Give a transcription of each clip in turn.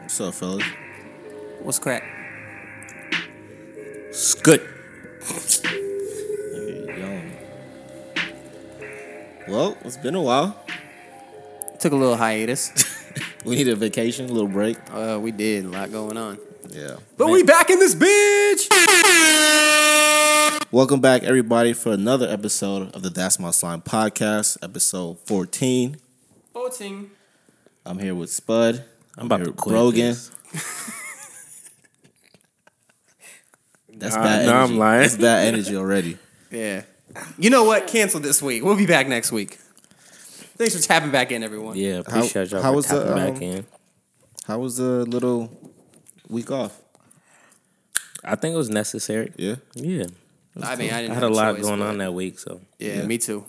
What's up, fellas? What's crack? Scoot. Nigga, yelling. Well, it's been a while. Took a little hiatus. We need a vacation, a little break. uh, we did a lot going on. Yeah. But we back in this bitch. Welcome back, everybody, for another episode of the That's My Slime podcast, episode 14. Fourteen. I'm here with Spud. I'm about here to with quit Brogan. this. That's Nah, bad nah, I'm energy. lying. That's bad energy already. Yeah. You know what? Cancel this week. We'll be back next week. Thanks for tapping back in, everyone. Yeah, How- appreciate y'all how for was the, tapping back um, in. How was the little week off? I think it was necessary. Yeah. Yeah, I mean, I didn't I had have a lot choice, going but- on that week, so Yeah, Yeah. me too.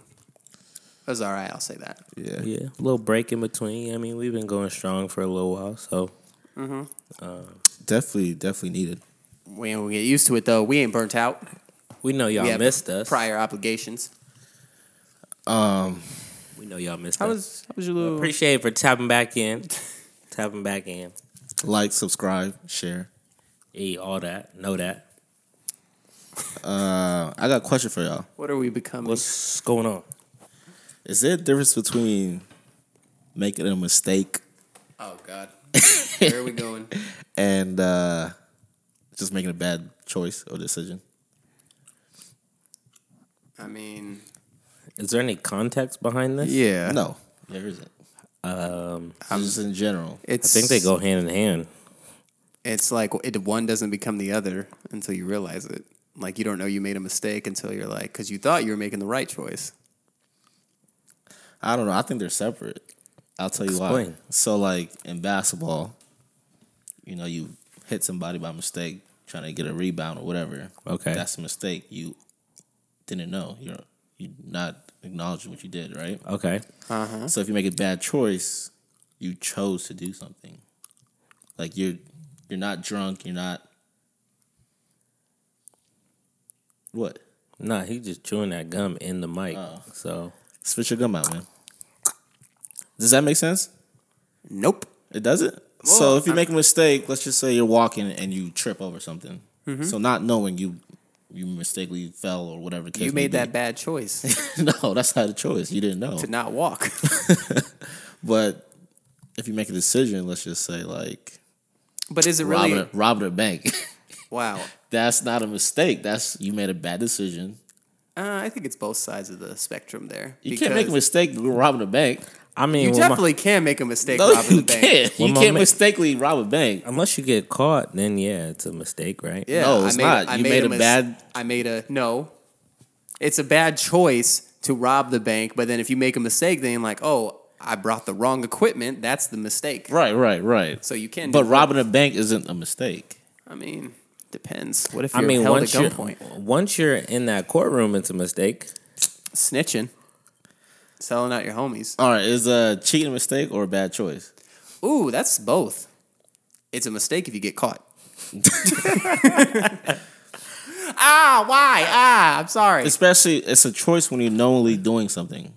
It was all right. I'll say that. Yeah. yeah, a little break in between. I mean, we've been going strong for a little while, so Definitely, definitely needed. We ain't gonna get used to it though. We ain't burnt out. we know y'all we have missed us. Prior obligations. We know y'all missed How us. was how was your little? Appreciate it for tapping back in, tapping back in. Like, subscribe, share. Eat all that. Know that. Uh, I got a question for y'all. What are we becoming? What's going on? Is there a difference between making a mistake oh God. Where are we going? and uh, just making a bad choice or decision? I mean, Is there any context behind this? yeah. No, there isn't. Um, I'm just in general. I It's think they go hand in hand. it's like it, one doesn't become the other until you realize it. Like you don't know you made a mistake until you're like, because you thought you were making the right choice. I don't know. I think they're separate. I'll tell you why. Explain. So, like in basketball, you know, you hit somebody by mistake trying to get a rebound or whatever. Okay. that's a mistake. You didn't know. You're you not acknowledging what you did, right? Okay. So if you make a bad choice, you chose to do something. Like you're you're not drunk, you're not what? Nah, he just chewing that gum in the mic. So Spit your gum out, man. Does that make sense? Nope. It doesn't? so Well, if you make a mistake, let's just say you're walking and you trip over something. Mm-hmm. So not knowing you you mistakenly fell or whatever the case You may made that be. bad choice no, that's not a choice. You didn't know. to not walk. But if you make a decision, let's just say like But is it robbing really? a- robbing a bank. Wow. that's not a mistake. That's you made a bad decision. Uh, I think it's both sides of the spectrum there. You can't make a mistake robbing a bank. I mean, You when my- definitely can make a mistake No, robbing you the bank. can't. You When my can't ma- mistakenly rob a bank. unless you get caught, then yeah, it's a mistake, right? Yeah, No, it's I made, not. I You made a mis- bad- I made a no. It's a bad choice to rob the bank, but then if you make a mistake, then you're like, oh, I brought the wrong equipment. That's the mistake. Right, right, right. So you can. but do robbing a bank isn't a mistake. I mean, depends. What if I you're mean, held once at you're gunpoint? once you're in that courtroom, it's a mistake. Snitching, selling out your homies. All right, is uh, cheating a mistake or a bad choice? Ooh, that's both. It's a mistake if you get caught. ah, why? Ah, I'm sorry. It's, Especially, it's a choice when you're knowingly doing something.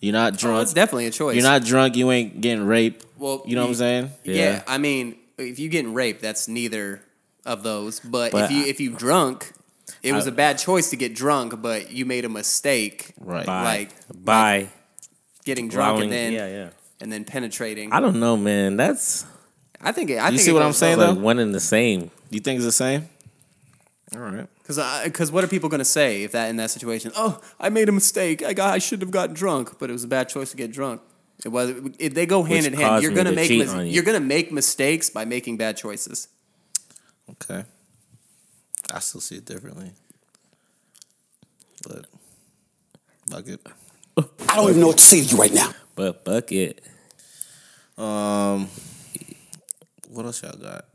You're not drunk. definitely a choice. you're not drunk. You ain't getting raped. Well, you know what I'm you- saying? Yeah. Yeah. I mean, if you're getting raped, that's neither of those. But, if But you if you drunk, it was a bad choice to get drunk, but you made a mistake Right. By Like- by getting drunk allowing, and then yeah, yeah. and then penetrating. I, I don't know, man. That's think it, I You think see it what I'm goes saying, both. though? like one and the same. You think it's the same? All right. Because because what are people going to say if that in that situation? Oh, I made a mistake. I got I should have got drunk, but it was a bad choice to get drunk. It was. It, they go hand in Which hand. caused You're me gonna to make cheat mis- on you. you're gonna make mistakes by making bad choices. Okay. I still see it differently. But fuck it. I don't even know what to say to you right now. But fuck it. Um what else y'all got?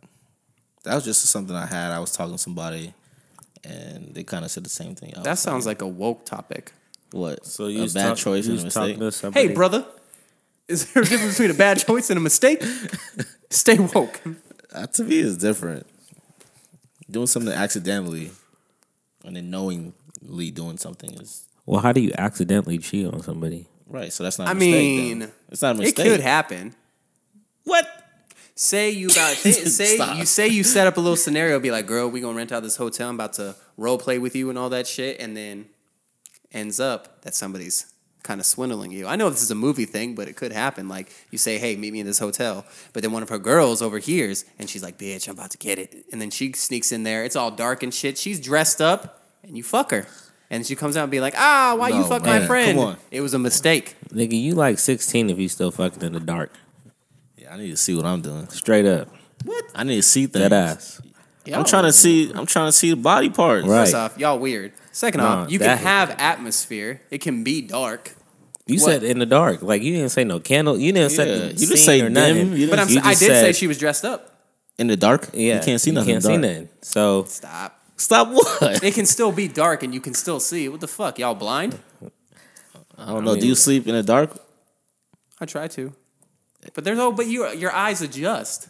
That was just something I had. I was talking to somebody and they kind of said the same thing. I was That sounds like a woke topic. what? So you a was bad talk- choice you and a was mistake. talking to Hey, somebody- brother, is there a difference between a bad choice and a mistake? Stay woke. Uh, to me is different. Doing something accidentally and then knowingly doing something is Well, how do you accidentally cheat on somebody? right. So that's not. a I mistake, then. mean, it's not a It mistake. could happen. What? Say you about say Stop. you say you set up a little scenario, be like, girl, we gonna rent out this hotel. I'm about to role play with you and all that shit, and then ends up that somebody's kind of swindling you. I know this is a movie thing, but it could happen. Like you say, hey, meet me in this hotel, but then one of her girls overhears and she's like, bitch, I'm about to get it, and then she sneaks in there. It's all dark and shit. She's dressed up, and you fuck her, and she comes out and be like, ah, why you No, fuck man. my Come friend? on. It was a mistake. Nigga, you like 16 if you still fucking in the dark. Yeah, I need to see what I'm doing. Straight up. I need to see things. Dead ass. I'm trying to see. I'm trying to see the body parts. Right. First off, y'all weird. Second Nah, off, you can that- have atmosphere. It can be dark. You What? said in the dark. Like you didn't say no candle. You didn't Yeah, say you you didn't didn't say say or dim, nothing. you didn't- But I'm, You I did just say said- she was dressed up. In the dark. Yeah, You can't see nothing. You can't see dark. nothing. So Stop. Stop. What? It can still be dark and you can still see. What the fuck? Y'all blind? I don't know. mean- Do you sleep in the dark? I try to. But there's no but you your eyes adjust.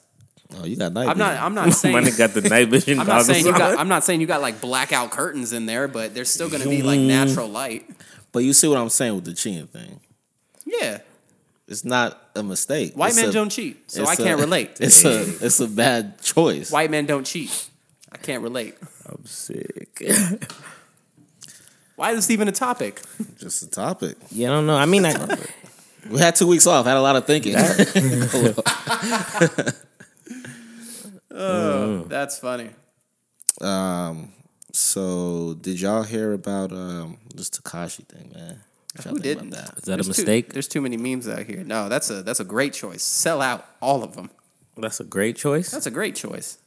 Oh, you got night. I'm not vision. I'm not my saying nigga got the night vision I'm not goggles saying you on. got I'm not saying you got like blackout curtains in there, but there's still gonna be like natural light. But you see what I'm saying with the cheating thing. Yeah. It's not a mistake. White It's men a- don't cheat. So it's I a- can't relate. It's a it's a bad choice. White men don't cheat. I can't relate. I'm sick. Why is this even a topic? Just a topic. yeah, I don't know. I mean, I, We had two weeks off. Had a lot of thinking. That's funny. um. So did y'all hear about um this Takashi thing, man? What y'all think Who about didn't? that? is that a There's too- mistake? there's too many memes out here. No, that's a that's a great choice. Sell out all of them. That's a great choice. That's a great choice.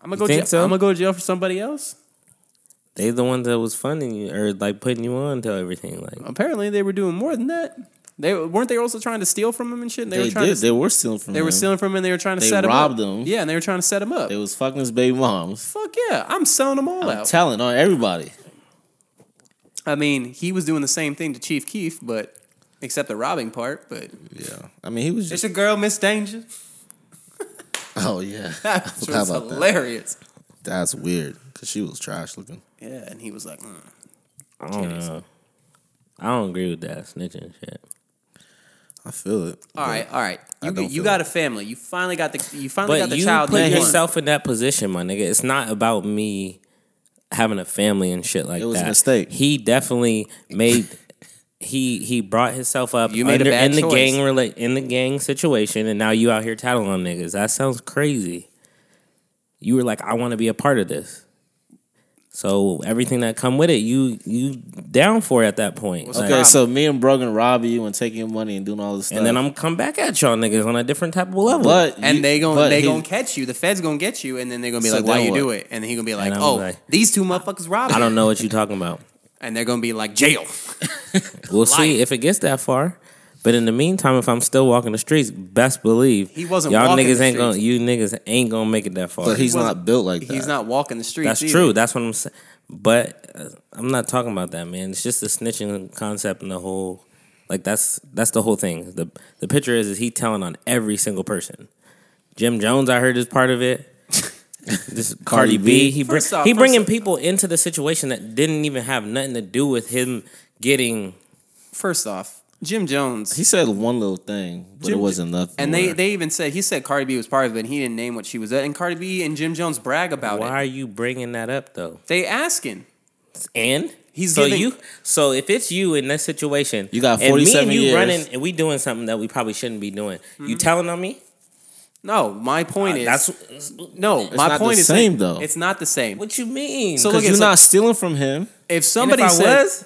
I'm gonna go. think jail- so? I'm gonna go to jail for somebody else. They the ones that was funding you or like putting you on to everything. Like Apparently, they were doing more than that. They weren't they also trying to steal from him and shit. They, They, were trying did. to. they were stealing from. they were him. stealing from him. and They were trying to They set robbed him up. him. Yeah, and they were trying to set him up. They was fucking his baby moms. Fuck yeah! I'm selling them all out. Talent on everybody. I mean, he was doing the same thing to Chief Keef, but except the robbing part. But Yeah. I mean, he was it's just. your girl, Miss Danger. Oh yeah. That I was forgot about that. hilarious. That's weird because she was trash looking. Yeah, and he was like, mm. I don't know. I don't agree with that snitching shit. I feel it. All right, all right. I You don't you feel got a family. You finally got the you finally got But the you child. put that you want. yourself in that position, my nigga. It's not about me having a family and shit like that. It was a mistake. He definitely made he he brought himself up You made a under- bad in the choice. gang rela- in the gang situation, and now you out here tattling on niggas. That sounds crazy. You were like, I want to be a part of this. So everything that come with it, you you down for at that point. Like, Um, Okay, so me and Brogan robbing you and taking your money and doing all this stuff. and then I'm come back at y'all niggas on a different type of level. But and you- they gonna but they he- gonna catch you. The feds gonna get you, and then they're gonna be So like, "Why then you what? do it?" And he gonna be like, I'm "Oh, like- these two motherfuckers robbed." I me." don't know what you talking about. And they're gonna be like, "Jail." We'll see if it gets that far. But in the meantime, if I'm still walking the streets, best believe He wasn't y'all walking niggas the ain't gonna streets. you niggas ain't gonna make it that far. But he's wasn't- not built like that. He's not walking the streets. That's either. true. That's what I'm saying. But uh, I'm not talking about that, man. It's just the snitching concept and the whole like that's that's the whole thing. The the picture is is he telling on every single person. Jim Jones, I heard is part of it. this Cardi B, he bring, First off- he first bringing off- people into the situation that didn't even have nothing to do with him getting First off, Jim Jones. He said one little thing, but it Jim- wasn't enough. and they, more. they even said he said Cardi B was part of it, and he didn't name what she was at. And Cardi B and Jim Jones brag about Why it. are you bringing that up though? They asking. And He's so giving- you. So if it's you in this situation, You got and me 47 and you years. running, and we doing something that we probably shouldn't be doing. You telling on me? No, my Mm-hmm. point is Uh, That's no. my not the point is same, though. It's not the same. what you mean. So look Because at you're so- not stealing from him. if somebody I says was-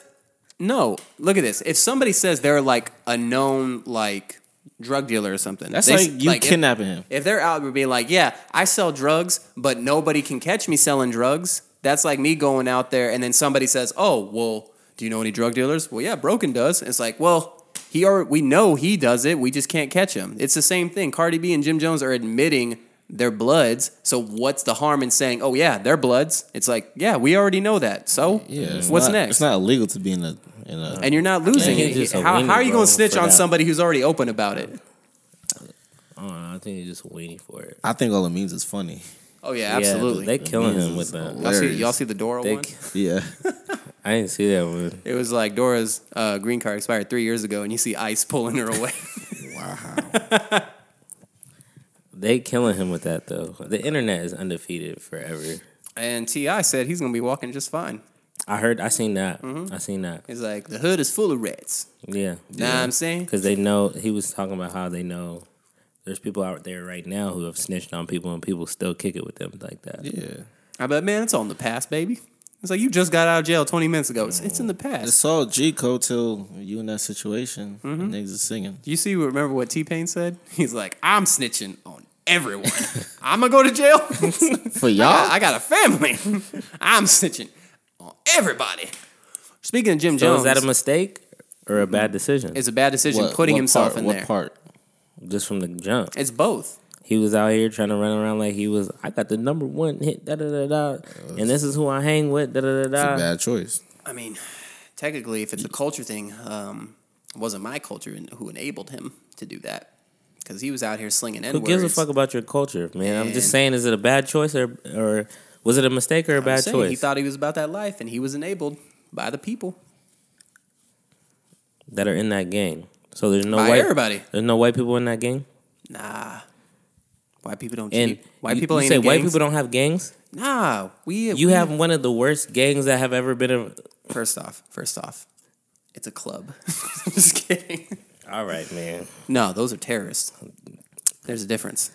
no, look at this. If somebody says they're like a known like drug dealer or something, That's they- like you if- kidnapping him. If, they're out there being like, "Yeah, I sell drugs, but nobody can catch me selling drugs," that's like me going out there and then somebody says, "Oh, well, do you know any drug dealers?" Well, yeah, Broken does. It's like, well. He are, we know he does it. We just can't catch him. It's the same thing. Cardi B and Jim Jones are admitting their bloods. So what's the harm in saying, "Oh yeah, they're bloods"? It's like, yeah, we already know that. So Yeah. it's what's not- next? It's not illegal to be in a in a. and you're not losing. Man, he's just a How, how are weenie, you bro, going to snitch for on that. somebody who's already open about it? I don't know, Oh, I think he's just waiting for it. I think all it means is funny. Oh yeah, Yeah, absolutely. they killing him Yes. with y'all, that. see, hilarious. y'all see the Dora They one? ki- Yeah. I didn't see that one. It was like Dora's uh, green card expired three years ago, and you see ICE pulling her away. wow. They killing him with that though. The internet is undefeated forever. And Ti said he's gonna be walking just fine. I heard. I seen that. Mm-hmm. I seen that. He's like, the hood is full of rats. Yeah. Nah, I'm saying. Because they know he was talking about how they know there's people out there right now who have snitched on people and people still kick it with them like that. Yeah. I bet, man, it's all in the past, baby. It's like you just got out of jail 20 minutes ago. It's, it's in the It's past. all G code till you in that situation. Mm-hmm. Niggas is singing. You see, remember what T Pain said? He's like, I'm snitching on everyone. I'm gonna go to jail. For y'all, Oh. I got a family. I'm snitching on everybody. Speaking of Jim So Jones, is that a mistake or a bad decision? it's a bad decision putting himself part, in what there. part? Just from the jump, It's both. he was out here trying to run around like he was. I got the number one hit. Da da da da. And this is who I hang with. Da da It's Uh, da a da. bad choice. I mean, technically, if it's a culture thing, um, it wasn't my culture en- who enabled him to do that because he was out here slinging n Who gives a fuck about your culture, man? I'm And- just saying, is it a bad choice or or was it a mistake or a bad choice? He thought he was about that life, and he was enabled by the people, that are in that gang. So there's no by white. everybody. There's no white people in that gang. Nah, white people don't. And cheat. white you- people you ain't. say in white gangs. people don't have gangs. Nah, we. You we- have one of the worst gangs that have ever been. A- First off, first off, it's a club. I'm just kidding. All right, man. No, those are terrorists. There's a difference.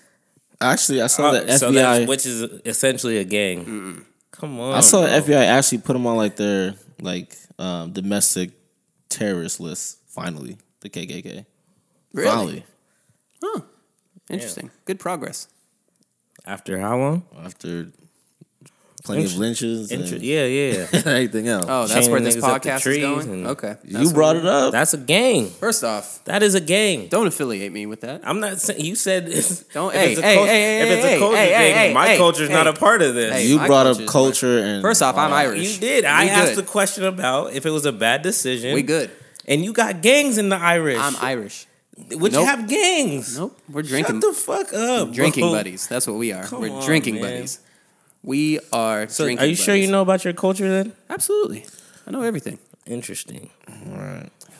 Actually, I saw Uh, the FBI. Oh, So that's, which is essentially a gang. Come on. I saw the bro. FBI actually put them on like their like um, domestic terrorist list. Finally, the KKK. Finally, Huh. Interesting. Good progress. After how long? after plenty of Inter- lynches Inter- and yeah, yeah. everything else. Oh, that's Chaining where this niggas up to podcast is trees going. and- Okay, you brought it up. That's a gang. First off, That is a gang. don't affiliate me with that. I'm not saying you said it's, Don't- if hey, it's a hey, cult- hey, hey, if it's hey, a culture hey, hey, gang, hey, my hey, culture's hey. not a part of this. Hey, you my brought up culture is culture and First off, I'm Irish. Oh, You did. I We asked good. the question about if it was a bad decision. We good. And you got gangs in the Irish. I'm Irish. Which Nope. have gangs. Nope, we're drinking. Shut the fuck up. drinking bro. buddies. That's what we are. Come We're on, drinking man. buddies. We are. So drinking are you sure you buddies. know about your culture then? Absolutely, I know everything. Interesting.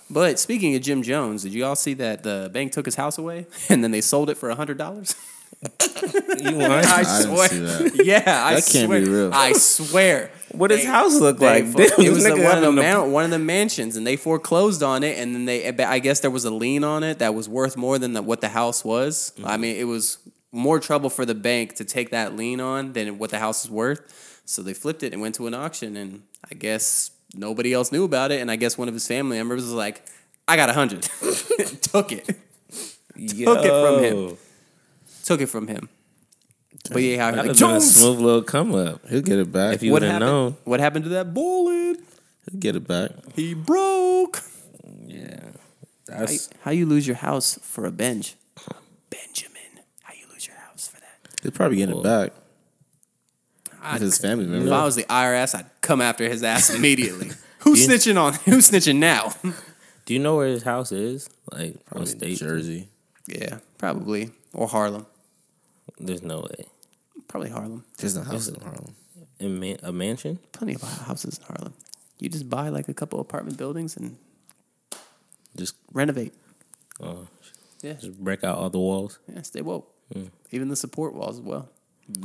But speaking of Jim Jones, did you all see that the bank took his house away and then they sold it for hundred dollars? You want? I I didn't swear. see that. Yeah, I That can't swear. be real. I swear. What does house look They like? fo- This it was the, one, of nigga the having a- man, one of the mansions, and they foreclosed on it, and then they. I guess there was a lien on it that was worth more than the, what the house was. I mean, it was more trouble for the bank to take that lien on than what the house is worth. So they flipped it and went to an auction, and I guess nobody else knew about it. And I guess one of his family members was like, "I got a hundred, took it, took it from him. Yo, took it from him." But yeah, I heard That'd like, have been a Jones. smooth little come up. He'll get it back. If you What would have happened? known, What happened to that bullet? He'll get it back. He broke. yeah. How, That's, how you lose your house for a bench? Benjamin. How you lose your house for that? He'll probably get it back. I'd- If his family member. If I was the IRS, I'd come after his ass immediately. Who's snitching on? Who's snitching now? do you know where his house is? Like what state? Jersey. yeah, probably or Harlem. There's no way. Probably Harlem. There's no house in Harlem. A, man- a mansion? Plenty of houses in Harlem. You just buy like a couple apartment buildings and Just renovate. oh, Yeah, just break out all the walls. yeah. Stay woke. Even the support walls as well.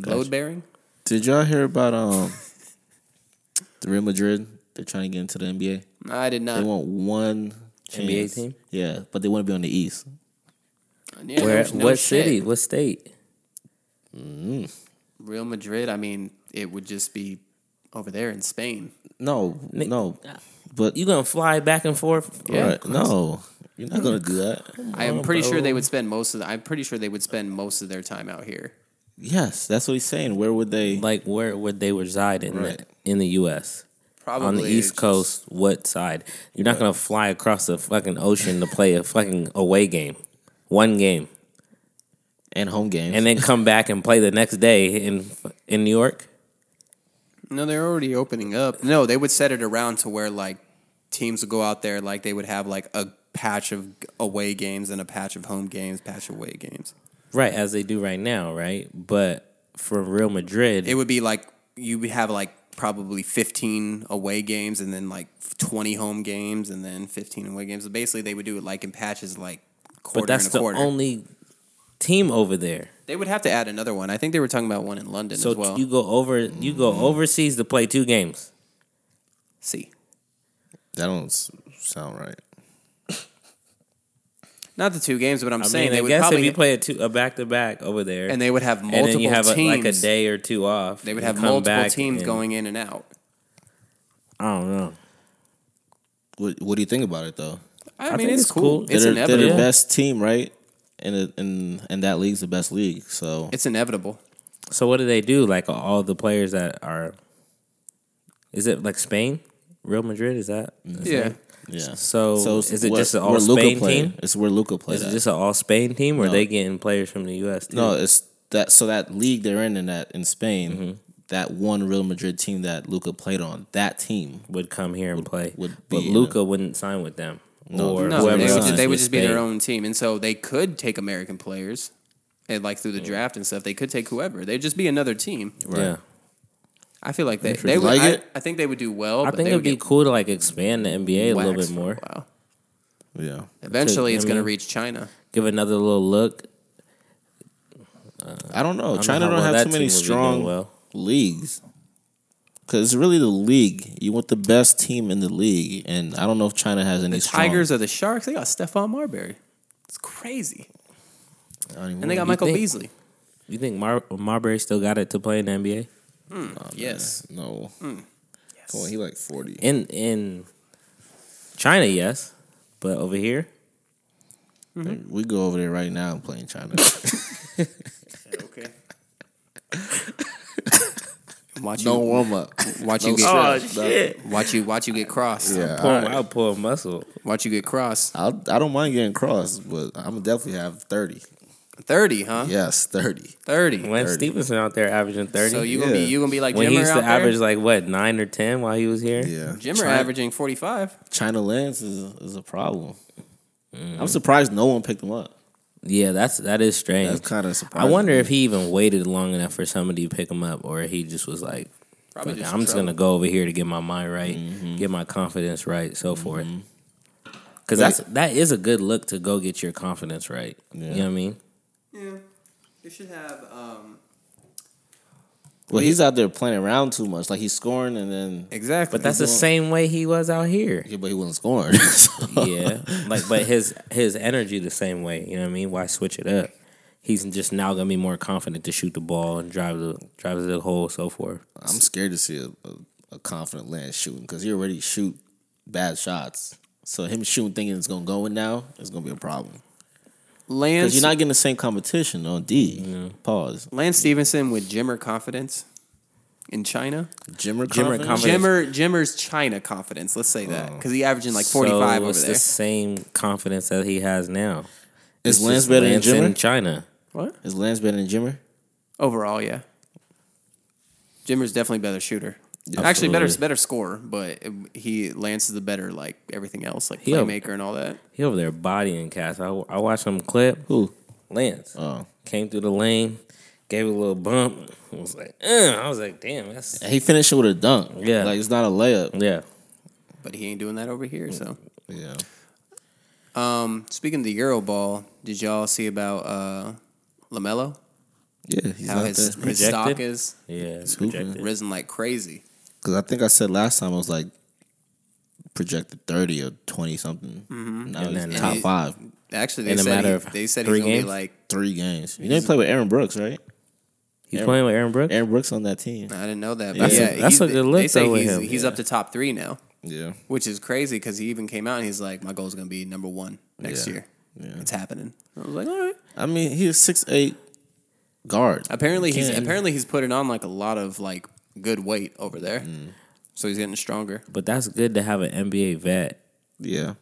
Load bearing. Did y'all hear about um the Real Madrid? They're trying to get into the NBA. I did They not. want one NBA chance. team? Yeah, but they want to be on the East. Yeah, Where? no- no what shit. city? What state? Real Madrid. I mean, it would just be over there in Spain. No, Nick- uh, no, but You gonna fly back and forth? Yeah, Right, no, you're not gonna do that. I am pretty sure they would spend most of. The, I'm pretty sure they would spend most of their time out here. Yes, that's what he's saying. Where would they? Like where would they reside in Right. the in the U.S. Probably on the East just- Coast? What side? You're not gonna fly across the fucking ocean to play a fucking away game, one game, and home games. and then come back and play the next day in in New York. No, they're already opening up. No, they would set it around to where like teams would go out there. Like they would have like a patch of away games and a patch of home games, patch of away games. Right, as they do right now, right? But for Real Madrid, It would be like you would have like probably 15 away games and then like 20 home games and then 15 away games. So basically, they would do it like in patches, like quarter but that's and a the quarter. only team over there. They would have to add another one. I think they were talking about one in London So as well. Mm-hmm. you go over you go overseas to play two games. See, That don't s- sound right. not the two games, but I'm I saying mean, they I would guess probably if you play a two a back to back over there, and they would have multiple and then you have a, teams. like a day or two off, They would and have come multiple back teams and- going in and out. I don't know. What What do you think about it though? I, I mean, think it's it's cool. cool. It's they're, they're inevitable. the best team, right? And it- and and that league's the best league. So It's inevitable. So what do they do? Like all the players that are, is it like Spain, Real Madrid? Is that is Yeah. that- yeah. So, it's is it where- just an where all Luka Spain played. team? It's where Luca plays. Is it just an all Spain team, or No. they getting players from the U.S. Too? no? It's that so that league they're in in that in Spain. That one Real Madrid team that Luca played on, that team would come here and play, would but be, Luca wouldn't sign with them. or No, whoever they would, signs just, they would with just be their Spain. own team, and so they could take American players, and like through the draft and stuff, they could take whoever. They'd just be another team. Yeah, I feel like they, Interesting. they would. Like I, it? I think they would do well. I but think they it'd would be get cool to like expand the NBA a little waxed bit for more. while. Yeah, Eventually, I it's going to mean- reach China. Give another little look. I don't know. I China don't know how well have that too many team would be strong doing well. leagues because it's really the league. You want the best team in the league, and I don't know if China has any The strong- Tigers or the Sharks, they got Stephon Marbury. It's crazy, I don't even and they know. got Michael think? Beasley. You think Mar- Marbury still got it to play in the NBA? Oh, Yes, no. Hmm. Come on, he like forty. In in China, yes, but over here, We go over there right now and play in China. okay. watch no you, warm up. watch No you get stress. watch you watch you get crossed. Yeah, pull, all right. I'll pull a muscle. Watch you get crossed. I'll, I don't mind getting crossed, but I'm definitely have thirty. Thirty, huh? Yes, thirty. Thirty. When Stevenson out there averaging thirty, So you gonna be Yeah. you gonna be like when he Jimmer used out to there? average like what nine or ten while he was here. Yeah, Jimmer China, averaging forty five. China Lance is is a problem. Mm-hmm. I'm surprised no one picked him up. Yeah, that's that is strange. That's kind of I surprising. wonder if he even waited long enough for somebody to pick him up, or he just was like, Probably "Fuck it, just "I'm just trouble. gonna go over here to get my mind right, Mm-hmm. get my confidence right, so forth." Because That- that's that is a good look to go get your confidence right. Yeah. You know what I mean? Yeah, you should have. Um, Well, he's out there playing around too much. Like he's scoring and then exactly. But that's the same way he was out here. yeah, but he wasn't scoring. So- yeah, like but his his energy the same way. You know what I mean? Why switch it up? He's just now gonna be more confident to shoot the ball and drive the drive to the hole, so forth. I'm scared to see a, a, a confident Lance shooting because he already shoot bad shots. So him shooting thinking it's gonna go in now is gonna be a problem Lance. because you're not getting the same competition on D. Pause. Lance Stevenson with Jimmer confidence in China. Jimmer, Jimmer confidence? confidence. Oh. Jimmer Jimmer's China confidence. Let's say that because he averaging like So forty five it's over there. the same confidence that he has now. Is It's Lance just better than Lance in Jimmer? China. What Is Lance better than Jimmer? overall? Yeah, Jimmer's definitely better shooter. Actually, better Absolutely. better scorer, but he Lance is the better like everything else, like Yeah. playmaker and all that. He over there bodying cats. I I watched him clip. Who? Lance Oh, came through the lane, gave it a little bump. I was like, Ugh. I was like, damn, that's he finished with a dunk. Yeah. like it's not a layup. yeah. But he ain't doing that over here. So Yeah. um, speaking of the Euro Ball, did y'all see about uh, Lamelo? Yeah, he's How out his, there. his stock Projected? is Yeah, hooping. projected. risen like crazy. Because I think I said last time I was like projected thirty or twenty something. Mm-hmm. Now And he's then top he- five, Actually, they In a said matter he- of they said three he's gonna be games? like three games. You didn't play with Aaron Brooks, right? He's Aaron- playing with Aaron Brooks. Aaron Brooks on that team. I didn't know that. But That's a- yeah, that's he's- a good look, They say though, with he's, him, he's yeah. up to top three now, Yeah, which is crazy because he even came out and he's like, "My goal is going to be number one next Yeah. year. Yeah. It's happening." I Oh, was like, "All right." I mean he's six eight guard. Apparently, he's Can. apparently he's putting on like a lot of like good weight over there, Mm. so he's getting stronger. But that's good to have an NBA vet. Yeah,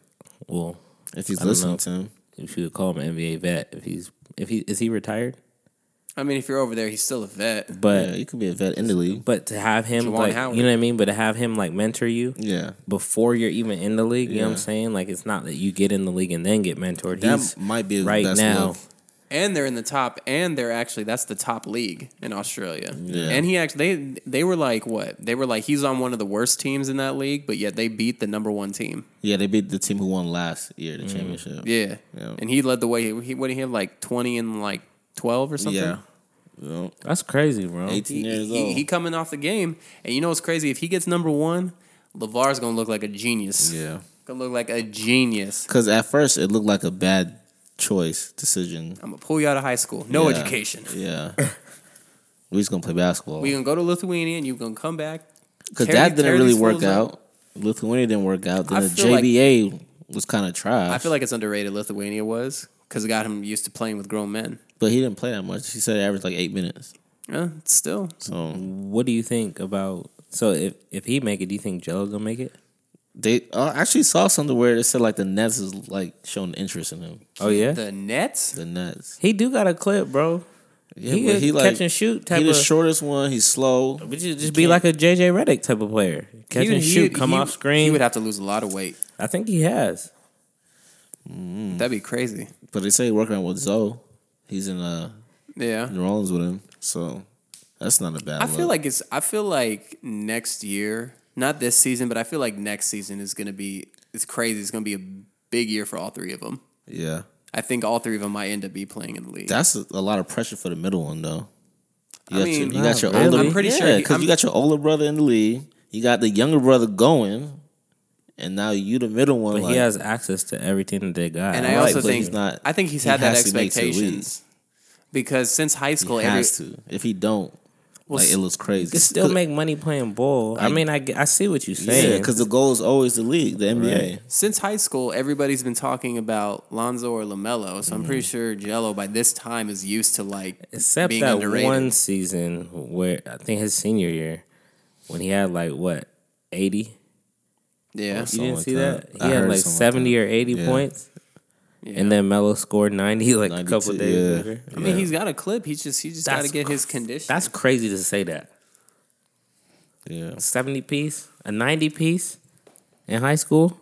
Well, if he's I don't know. listening to him, if you would call him an NBA vet, if he's if he is he retired, I mean, if you're over there, he's still a vet. but yeah, you could be a vet in the league. but to have him Juwan like Howard. you know what I mean, but to have him like mentor you Yeah, before you're even in the league, you know what I'm Yeah. saying? Like it's not that you get in the league and then get mentored. that He's might be his right best now move. and they're in the top, and they're actually that's the top league in Australia. Yeah. And he actually they they were like what they were like he's on one of the worst teams in that league, but yet they beat the number one team. Yeah, they beat the team who won last year the championship. Yeah, Yeah. and he led the way. He what did he have like twenty and like twelve or something? yeah. Yep. That's crazy, bro. Eighteen He- years he, old. he coming off the game, and you know what's crazy? If he gets number one, Lavar's gonna look like a genius. yeah, gonna look like a genius. because at first it looked like a bad choice decision. I'm gonna pull you out of high school. No Yeah. education. Yeah, we just gonna play basketball. We gonna go to Lithuania, and you gonna come back. Because Terry- that didn't Terry really schools work up. out. Lithuania didn't work out. Then I the feel like- JBA was kind of trash. I feel like it's underrated. Lithuania was because it got him used to playing with grown men. but he didn't play that much. He said he averaged like eight minutes. Yeah, still, So What do you think about? So if if he make it, do you think Jello gonna make it? they uh, I actually saw something where it said like the Nets is like showing interest in him. Oh yeah, the Nets. The Nets. he do got a clip, bro. Yeah, he but a catch and shoot type He the of. shortest one. He's slow. But you just be like a JJ Redick type of player, catch He- and he- shoot, come he- off screen. He would have to lose a lot of weight. I think he has. That'd be crazy. But they say he working out with Zoe. He's in uh, Yeah, New Orleans with him. So that's not a bad. I feel look. like it's. I feel like next year, not this season, but I feel like next season is gonna be. It's crazy. It's gonna be a big year for all three of them. yeah, I think all three of them might end up be playing in the league. that's a, a lot of pressure for the middle one though. You I got mean, your, you got your wow, older. really? I'm pretty sure he- because I'm- you got your older brother in the league. You got the younger brother going, and now you the middle one. But like, he has access to everything that they got. and I right, also but think he's not- I think he's he had that has to make two expectations because since high he school, every has to. If he don't, Well, like it looks crazy. You can still make money playing ball. I mean, I, g- I see what you're yeah, saying. because the goal is always the league, the NBA. since high school, everybody's been talking about Lonzo or Lamelo. So I'm pretty sure Jello by this time is used to like except being that underrated. one season where I think his senior year when he had like what eighty. yeah, You Something didn't like see that. that? I He had heard like something like seventy that. or eighty Yeah. points, yeah. and then Melo scored ninety like a 92, couple days yeah. later. I mean he's got a clip. He's just he just got to That's get his condition. That's crazy to say that Yeah, seventy piece, a ninety piece in high school.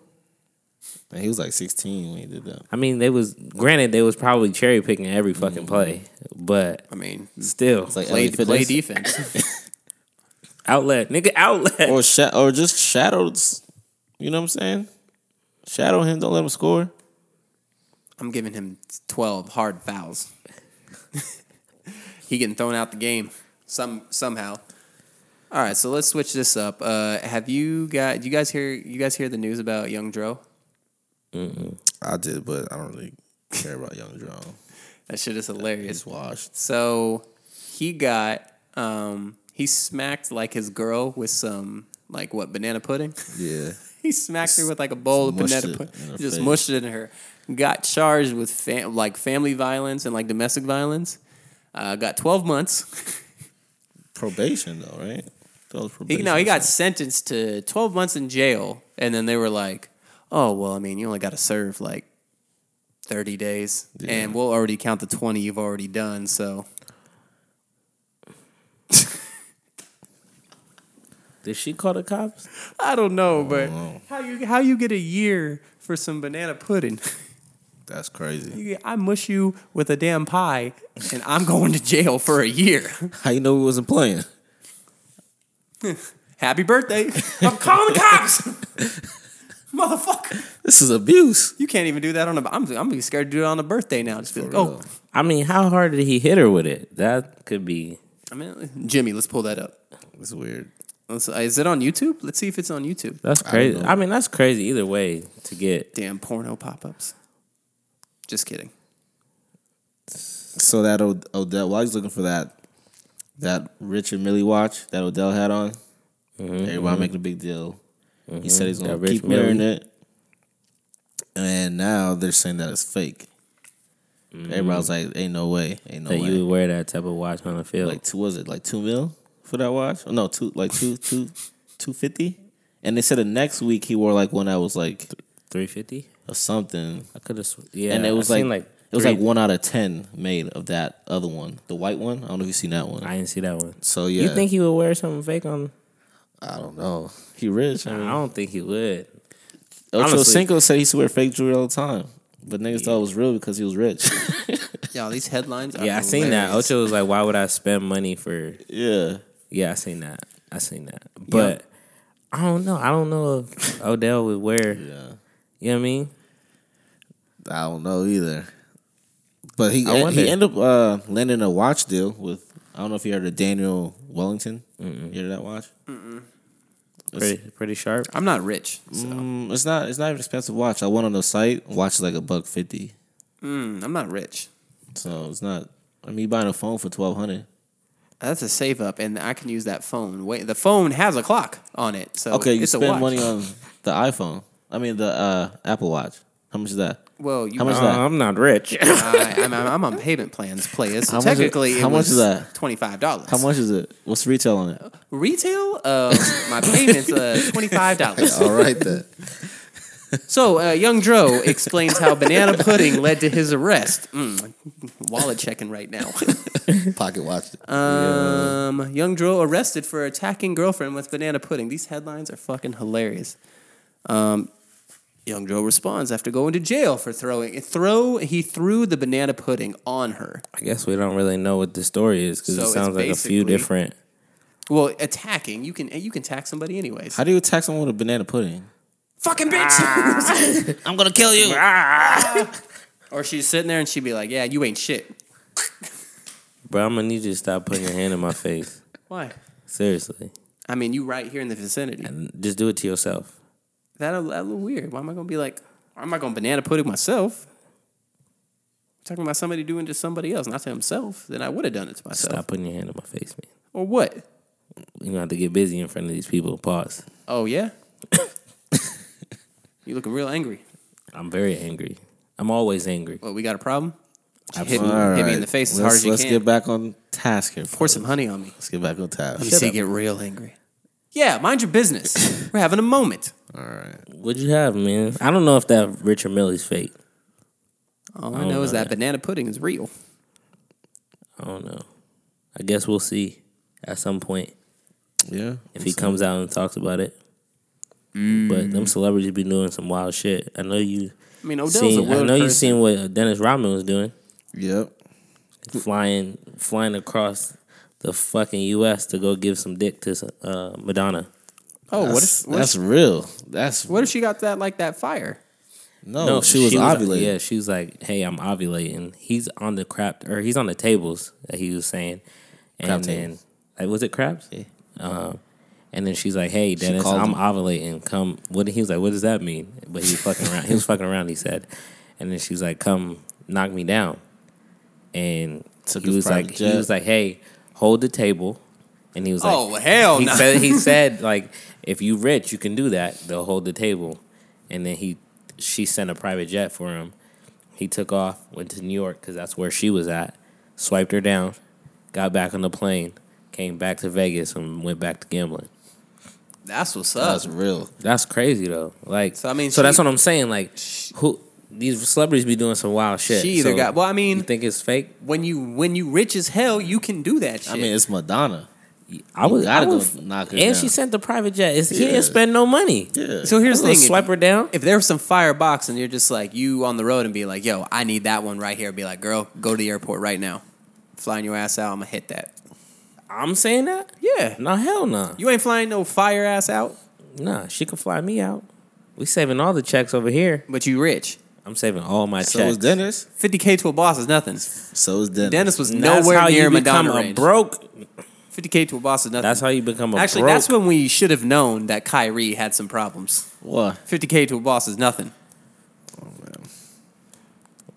and he was like 16 when he did that. I mean, they was granted they was probably cherry picking every fucking play, but I mean, still like play LA Fitness. play defense. outlet, nigga, outlet. or sha- or just shadows. You know what I'm saying? Shadow him. Don't let him score. I'm giving him 12 hard fouls. he getting thrown out the game some somehow. All right, so let's switch this up. Uh, have you got you guys hear you guys hear the news about Young Dro? I did, but I don't really care about Young Drum. That shit is hilarious. He's washed. So he got um he smacked like his girl with some like what banana pudding. Yeah, he smacked her with like a bowl of mushed banana it pudding. in her Just face. mushed it in her. Got charged with fam- like family violence and like domestic violence. Uh, got twelve months. probation though, right? That was He, probation. no, he got sentenced to twelve months in jail, and then they were like, "Oh well, I mean, you only got to serve like thirty days, and we'll already count the twenty you've already done." So Did she call the cops? I don't know, but know. how you how you get a year for some banana pudding? That's crazy. You- I mush you with a damn pie, and I'm going to jail for a year. How you know he wasn't playing? Happy birthday! I'm calling the cops, motherfucker. This is abuse. You can't even do that on a. I'm I'm gonna be scared to do it on a birthday now. Just be like, oh, real. I mean, how hard did he hit her with it? That could be. I mean, Jimmy, let's pull that up. It's weird. Let's, uh, is it on YouTube? Let's see if it's on YouTube. That's don't crazy. know. I, mean, that's crazy either way to get. Damn porno pop ups. Just kidding. So that Od- Odell, while he's looking for that that Richard Millie watch that Odell had on, everybody making a big deal. He said he's gonna That Rich keep mirroring Millie. it, and now they're saying that it's fake. Everybody's like, "Ain't no way, ain't no That way." you would wear that type of watch on the field. like two was it like two mil for that watch? No, two like two two two fifty. And they said the next week he wore like one that was like 350? a something, I could have. Yeah. and it was I like, seen, it was three- like one out of ten made of that other one, the white one. I don't know if you seen that one. I didn't see that one. so yeah, You think he would wear something fake on? I don't know. He rich. Oh, I I mean, don't think he would. Ocho honestly- Cinco said he used to wear fake jewelry all the time, but niggas thought it was real because he was rich. Y'all, these headlines. Are Yeah, I seen that. hilarious. Ocho was like, "Why would I spend money for?" Yeah. Yeah, I seen that. I seen that. But I don't know. I don't know if Odell would wear. Yeah. You know what I mean? I don't know either. But he I wonder. he ended up uh, landing a watch deal with I don't know if you heard of Daniel Wellington. You heard of that watch? Pretty, pretty sharp. I'm not rich. So. Mm, it's not it's not an expensive watch. I went on the site. Watch is like a buck fifty. Mm, I'm not rich. So it's not. I mean, you buying a phone for twelve hundred. That's a save up, and I can use that phone. Wait, the phone has a clock on it, so Okay, you it's a spend watch. money on the iPhone. I mean the uh, Apple Watch. How much is that? Well, you How much Uh, is that? I'm not rich. I, I'm, I'm I'm on payment plans, players. So How much is- technically, it how much was is that? Twenty five dollars. How much is it? What's the retail on it? Retail, uh, my payments uh, twenty five dollars. All right then. So, uh, young Dro explains how banana pudding led to his arrest. Mm, wallet checking right now. Pocket watch. Um, young Dro arrested for attacking girlfriend with banana pudding. These headlines are fucking hilarious. Um, young Dro responds after going to jail for throwing throw. He threw the banana pudding on her. I guess we don't really know what the story is because So it it's sounds like a basically- few different. Well, attacking you can you can attack somebody anyways. How do you attack someone with a banana pudding? Fucking bitch. I'm gonna kill you. or she's sitting there and she'd be like, "Yeah, you ain't shit." Bro, I'm gonna need you to stop putting your hand in my face. Why? Seriously, I mean, you right here in the vicinity. just do it to yourself. That'll, that'll look weird. Why am I gonna be like, I'm not gonna banana pudding myself. I'm talking about somebody doing to somebody else, not to himself. Then I would have done it to myself. Stop putting your hand in my face, man. Or what? You're gonna have to get busy in front of these people. Pause. Oh yeah. you looking real angry. I'm very angry. I'm always angry. Well, we got a problem. Hit me, All hit me in right. the face as let's, hard as you let's can. get back on task here. Pour some honey on me. Let's get back on Let me task. see you get real angry. Yeah, mind your business. We're having a moment. All right. What'd you have, man? I don't know if that Richard Millie's fake. All I know is that banana pudding is real. I don't know. I guess we'll see at some point Yeah. if he comes out and talks about it. But them celebrities be doing some wild shit. I know you I mean, Odell's Oh, a seen. I weird know you person. seen what Dennis Rodman was doing, Yep. flying flying across the fucking U.S. to go give some dick to uh, Madonna. Oh, what That's, if what, that's if real. That's what if she got that like that fire? no, She was ovulating. Yeah, she was like, "Hey, I'm ovulating." He's on the crap or he's on the tables that he was saying, and Crap then tables. like, was it craps? Yeah. Um, and then she's like, "Hey, Dennis, called I'm him. ovulating. Come." What he was like, "What does that mean?" But he was fucking around. He was fucking around. He said, and then she's like, "Come, knock me down." And Took he his was private like, jet. he was like, "Hey, hold the table," and he was like, Oh, hell he no. said he said like if you rich you can do that they'll hold the table and then he she sent a private jet for him he took off went to new york because that's where she was at swiped her down got back on the plane came back to vegas and went back to gambling That's what's up. That's real. that's crazy though like So, I mean, so that's she- what i'm saying like who these celebrities be doing some wild shit She either So, got- well, I mean- you think it's fake when you when you rich as hell, you can do that shit. I mean, it's Madonna. i would, I gotta go would knock her and she down. sent the private jet It's- he Yeah. didn't spend no money Yeah. so here's the thing: swipe her down If there was some firebox and you're just like you on the road and be like, "Yo, I need that one right here," be like, "Girl, go to the airport right now, flying your ass out. I'm gonna hit that." i'm saying that Yeah, no hell no you ain't flying no fire ass out, Nah, she could fly me out. We saving all the checks over here. but you rich. I'm saving all my so checks. is Dennis. Fifty k to a boss is nothing. So is Dennis. Dennis was And that's nowhere how near you become Madonna a range. broke. Fifty k to a boss is nothing. That's how you become a Actually, broke. that's when we should have known that Kyrie had some problems. What? Fifty k to a boss is nothing. Oh,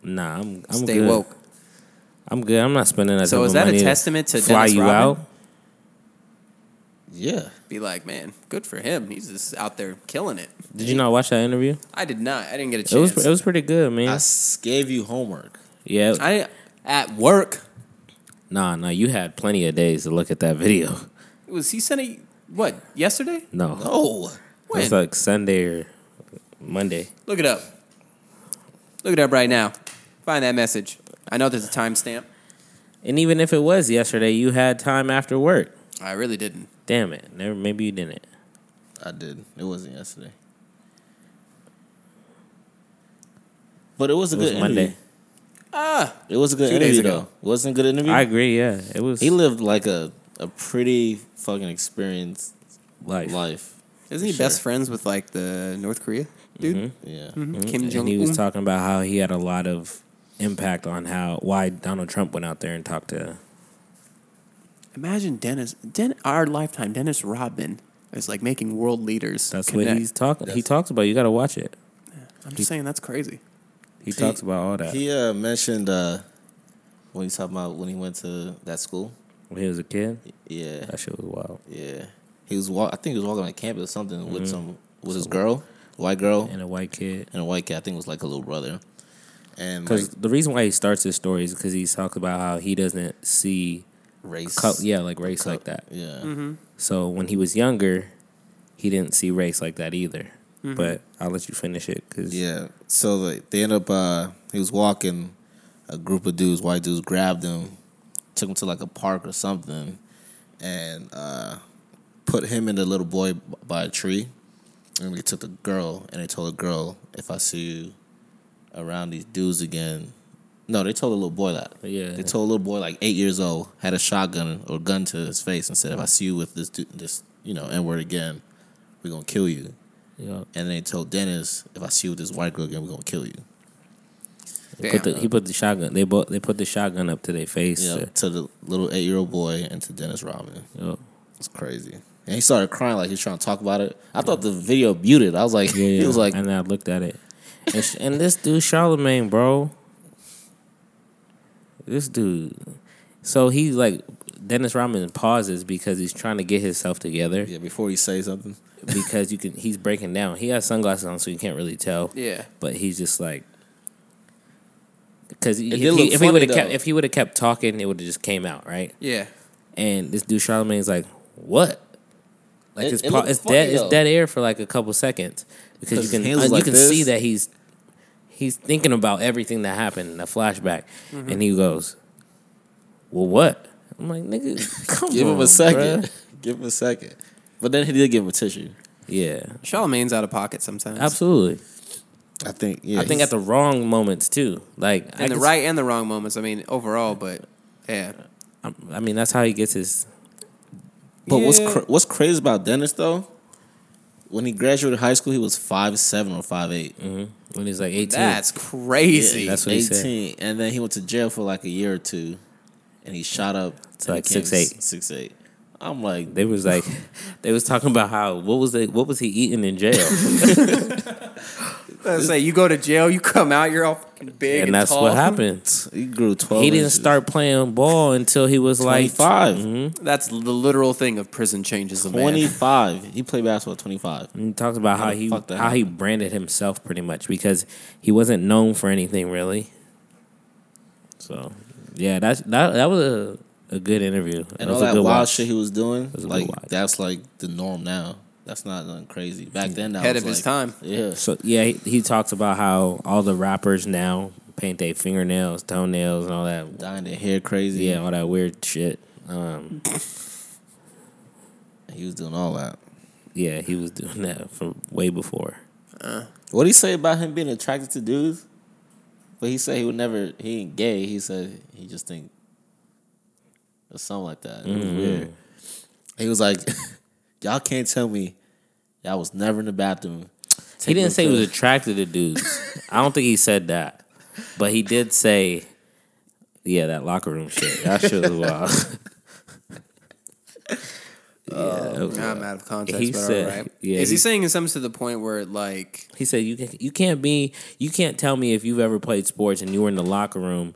nah, I'm, I'm Stay good. woke. I'm good. I'm not spending that. So type is of that a money testament to fly Dennis you Rodman? out? Yeah. Be like, man, good for him. He's just out there killing it. Did you not watch that interview? I did not. I didn't get a chance. It was it was pretty good, man. I s- gave you homework. yeah. I at work. nah, nah. You had plenty of days to look at that video. It was he sent a what yesterday? No, Oh. it When? was like Sunday or Monday. Look it up. Look it up right now. Find that message. I know there's a timestamp. And even if it was yesterday, you had time after work. I really didn't. Damn it. Never. Maybe you didn't. I did. It wasn't yesterday. But it was a It good was Monday. interview. Ah, It was a good Two days interview ago. though. It wasn't a good interview. I agree. Yeah, it was he lived like a a pretty fucking experienced life. life. Isn't he Sure. best friends with like the North Korea dude? Mm-hmm. Yeah. Kim Jong Mm-hmm, And he was talking about how he had a lot of impact on how why Donald Trump went out there and talked to. Imagine Dennis, Den- our lifetime, Dennis Rodman is like making world leaders. That's what connect. he's talking. He talks about. You got to watch it. I'm just saying that's crazy. He talks about all that He uh, mentioned uh, when he talking about when he went to that school. when he was a kid. Yeah, That shit was wild. yeah. He was walk. I think he was walking on campus or something Mm-hmm. with some with his girl, white girl, And a white kid. and a white kid. I think it was like a little brother. And like Because the reason why he starts his story is because he's talked about how he doesn't see, race, co- yeah, like race like that. yeah. So when he was younger, he didn't see race like that either. But I'll let you finish it because Mm-hmm. Yeah. So like, they end up. Uh, he was walking. A group of dudes, white dudes, grabbed him, took him to like a park or something, and uh, put him and the little boy b- by a tree. And they took the girl, and they told the girl, "If I see you around these dudes again." No, they told the little boy that. Yeah. They told a little boy like eight years old had a shotgun or gun to his face and said, "If I see you with this dude, this you know N word again, we're gonna kill you." you know, And then they told Dennis, if I see you with this white girl again, we're gonna kill you. he Damn. put the, he put the shotgun. They both they put the shotgun up to their face. Yeah, uh, to the little eight year old boy and to Dennis Rodman. you know. It's crazy. And he started crying like he was trying to talk about it. I thought the video muted. I was like, Yeah, yeah. he was like, and I looked at it, and, sh- and this dude Charlemagne, bro, this dude. So he like Dennis Rodman pauses because he's trying to get himself together yeah, before he say something. because you can. He's breaking down. He has sunglasses on, so you can't really tell. Yeah. but he's just like. Because if did he, look if he funny, would have kept though. if he would have kept talking, it would have just came out right. Yeah. And this dude Charlemagne's like, "What?" Like It- it's it pa- looked it's funny, dead it's though. dead air for like a couple seconds because you his can hands uh, was you like can this. see that he's he's thinking about everything that happened in the flashback, Mm-hmm. and he goes, "Well, what?" I'm like, "Nigga, come Give on, him a second. bruh." give him a second. But then he did give him a tissue. Yeah, Charlemagne's out of pocket sometimes. absolutely. I think. Yeah, I think at he's- the wrong moments too. Like I In the just- right and the wrong moments. I mean, overall, but yeah. I'm- I mean, that's how he gets his. But what's Yeah. cra- what's crazy about Dennis though? When he graduated high school, he was five seven or five eight. mm-hmm, When he's like 18. That's crazy. Yeah, that's what he said. and then he went to jail for like a year or two, and he shot up. It's and like became 6'8". Six eight. I'm like, they was like, they was talking about how what was they what was he eating in jail, Let's say you go to jail, you come out, you're all fucking big. And, and that's tall. what happened. he grew twelve. He didn't inches. start playing ball until he was like Mm-hmm. 25. That's the literal thing of prison changes a man. 25. He played basketball at 25. And He talks about how the he fuck that how he branded himself pretty much because he wasn't known for anything really. So yeah, that's that that was a, a good interview. And was all a that good wild watch. shit he was doing, was a good like watch. that's like the norm now. That's not nothing crazy. Back Mm. then, that Ahead was of his like- time. Yeah. So yeah, he, he talks about how all the rappers now paint their fingernails, toenails, and all that. Dying to hair crazy. Yeah, all that weird shit. Um, He was doing all that. yeah, he was doing that from way before. What did he say about him being attracted to dudes? But he said he would never, he ain't gay. He said he just think, or something like that. It was Mm-hmm. weird. He was like, y'all can't tell me y'all was never in the bathroom. He didn't say he was a. attracted to dudes. I don't think he said that, but he did say, "Yeah, that locker room shit. That shit was wild." yeah, it was- Nah, I'm out of context, He but said- all right. yeah, Is he, he- saying something to the point where like he said, "You can, you can't be you can't tell me if you've ever played sports and you were in the locker room."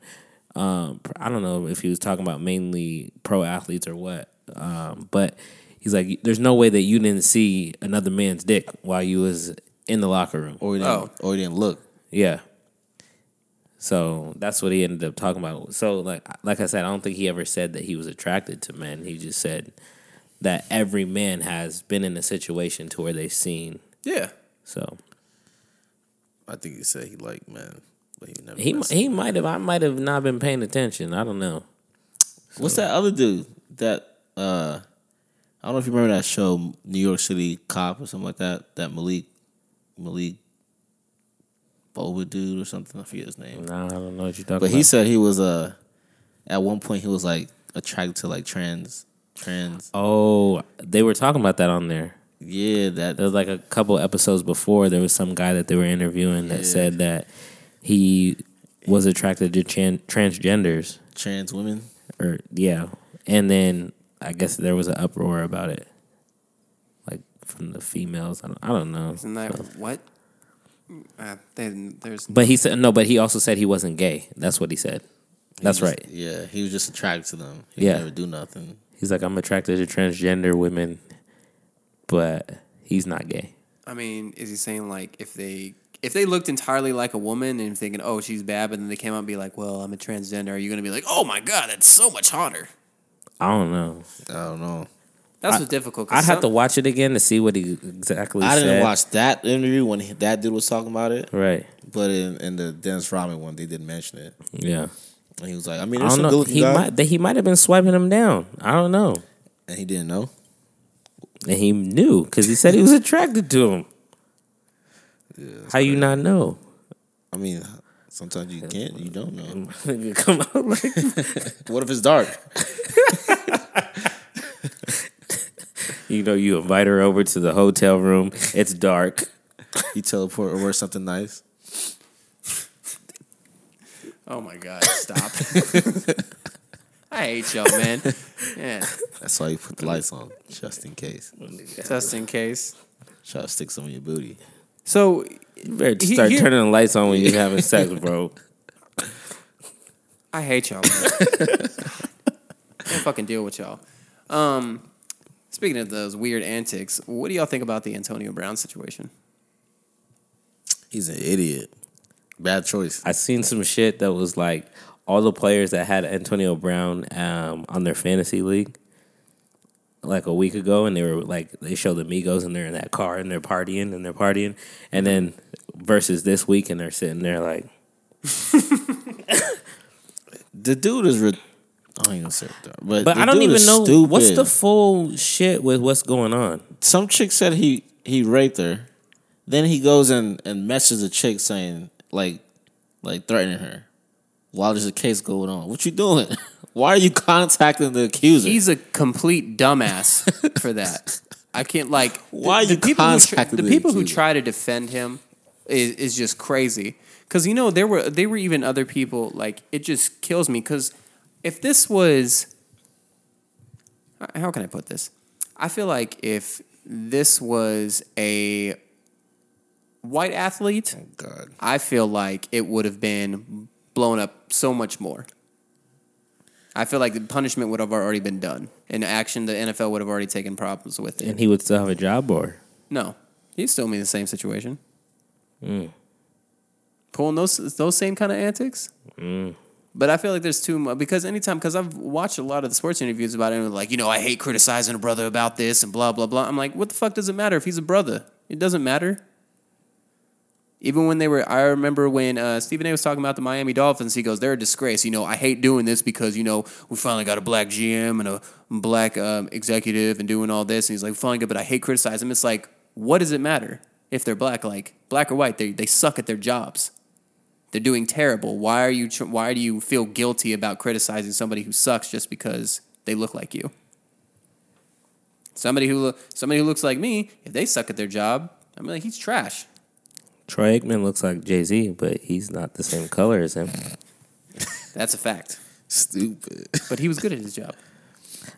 Um, I don't know if he was talking about mainly pro athletes or what, um, but he's like, "There's no way that you didn't see another man's dick while you was in the locker room." Or he didn't, Oh. or he didn't look. Yeah. So that's what he ended up talking about. So like like I said, I don't think he ever said that he was attracted to men. He just said that every man has been in a situation to where they've seen. Yeah. So I think he said he liked men, but he never. he he might have I might have not been paying attention. I don't know. What's that other dude that? uh I don't know if you remember that show, New York City Cop or something like that. That Malik, Malik boba dude or something. I forget his name. Nah, I don't know what you're talking But about. he said he was uh, at one point he was like attracted to like trans trans. oh, they were talking about that on there. Yeah, There that was like a couple episodes before there was some guy that they were interviewing that said that he was attracted to tran transgenders trans women. or yeah, and then I guess there was an uproar about it, like from the females. I don't, I don't know. Isn't that what? Uh, then there's But he said no. But he also said he wasn't gay. That's what he said. That's He was- right. Yeah, he was just attracted to them. He Yeah. yeah. never do nothing. He's like, I'm attracted to transgender women, but he's not gay. I mean, is he saying like if they if they looked entirely like a woman and thinking, oh, she's bad, but then they came out and be like, well, I'm a transgender, are you gonna be like, oh my god, that's so much hotter? I don't know. I don't know. That's what's difficult. 'cause I'd have to some- watch it again to see what he exactly. I didn't said. watch that interview when he, that dude was talking about it, Right. but in, in the Dennis Rodman one, they did mention it. Yeah. And he was like, I mean, I there's don't some know. good looking He guy. might. They, he might have been swiping him down. I don't know. And he didn't know. And he knew because he said he was attracted to him. How you not know? I mean, sometimes you can't, you don't know. Come on, like, What if it's dark? you know, you invite her over to the hotel room. It's dark. You teleport or wear something nice. Oh my god, stop! I hate y'all, man. Yeah, That's why you put the lights on, just in case. just in case. Try to stick some in your booty. So You better He- start he- turning the lights on when you're having sex, bro. I hate y'all. Man. Can't fucking deal with y'all. Um, speaking of those weird antics, what do y'all think about the Antonio Brown situation? He's an idiot. Bad choice. I seen some shit that was like all the players that had Antonio Brown um, on their fantasy league like a week ago, and they were like they showed the Migos and they're in that car and they're partying and they're partying, and then versus this week and they're sitting there like The dude is. Re- I don't even say it, dark, but But the I don't dude even is know stupid. what's the full shit with what's going on. some chick said he he raped her. Then he goes and and messages a chick saying like like threatening her. While there's a case going on, what you doing? Why are you contacting the accuser? He's a complete dumbass for that. I can't like Why the, you the people who tr- contacted the the people who accuser? try to defend him is, is just crazy. Because you know there were there were even other people like it just kills me. Because if this was how can I put this? I feel like if this was a white athlete, God. I feel like it would have been blown up so much more. I feel like the punishment would have already been done. In action, the NFL would have already taken problems with it. And he would still have a job or No, he's still in the same situation. Pulling those those same kind of antics. But I feel like there's too much because anytime because I've watched a lot of the sports interviews about it and they're like you know I hate criticizing a brother about this and blah blah blah. I'm like, what the fuck does it matter if he's a brother? It doesn't matter. Even when they were, I remember when uh, Stephen A. was talking about the Miami Dolphins. He goes, "They're a disgrace." You know, I hate doing this because you know we finally got a black GM and a black um, executive and doing all this. And he's like, "Finally good," but I hate criticizing him. It's like, what does it matter if they're black? Like black or white, they they suck at their jobs. They're doing terrible. Why are you? tr- Why do you feel guilty about criticizing somebody who sucks just because they look like you? Somebody who lo- somebody who looks like me, if they suck at their job, I'm like, he's trash. Troy Aikman looks like Jay Z, but he's not the same color as him. That's a fact. Stupid. But he was good at his job.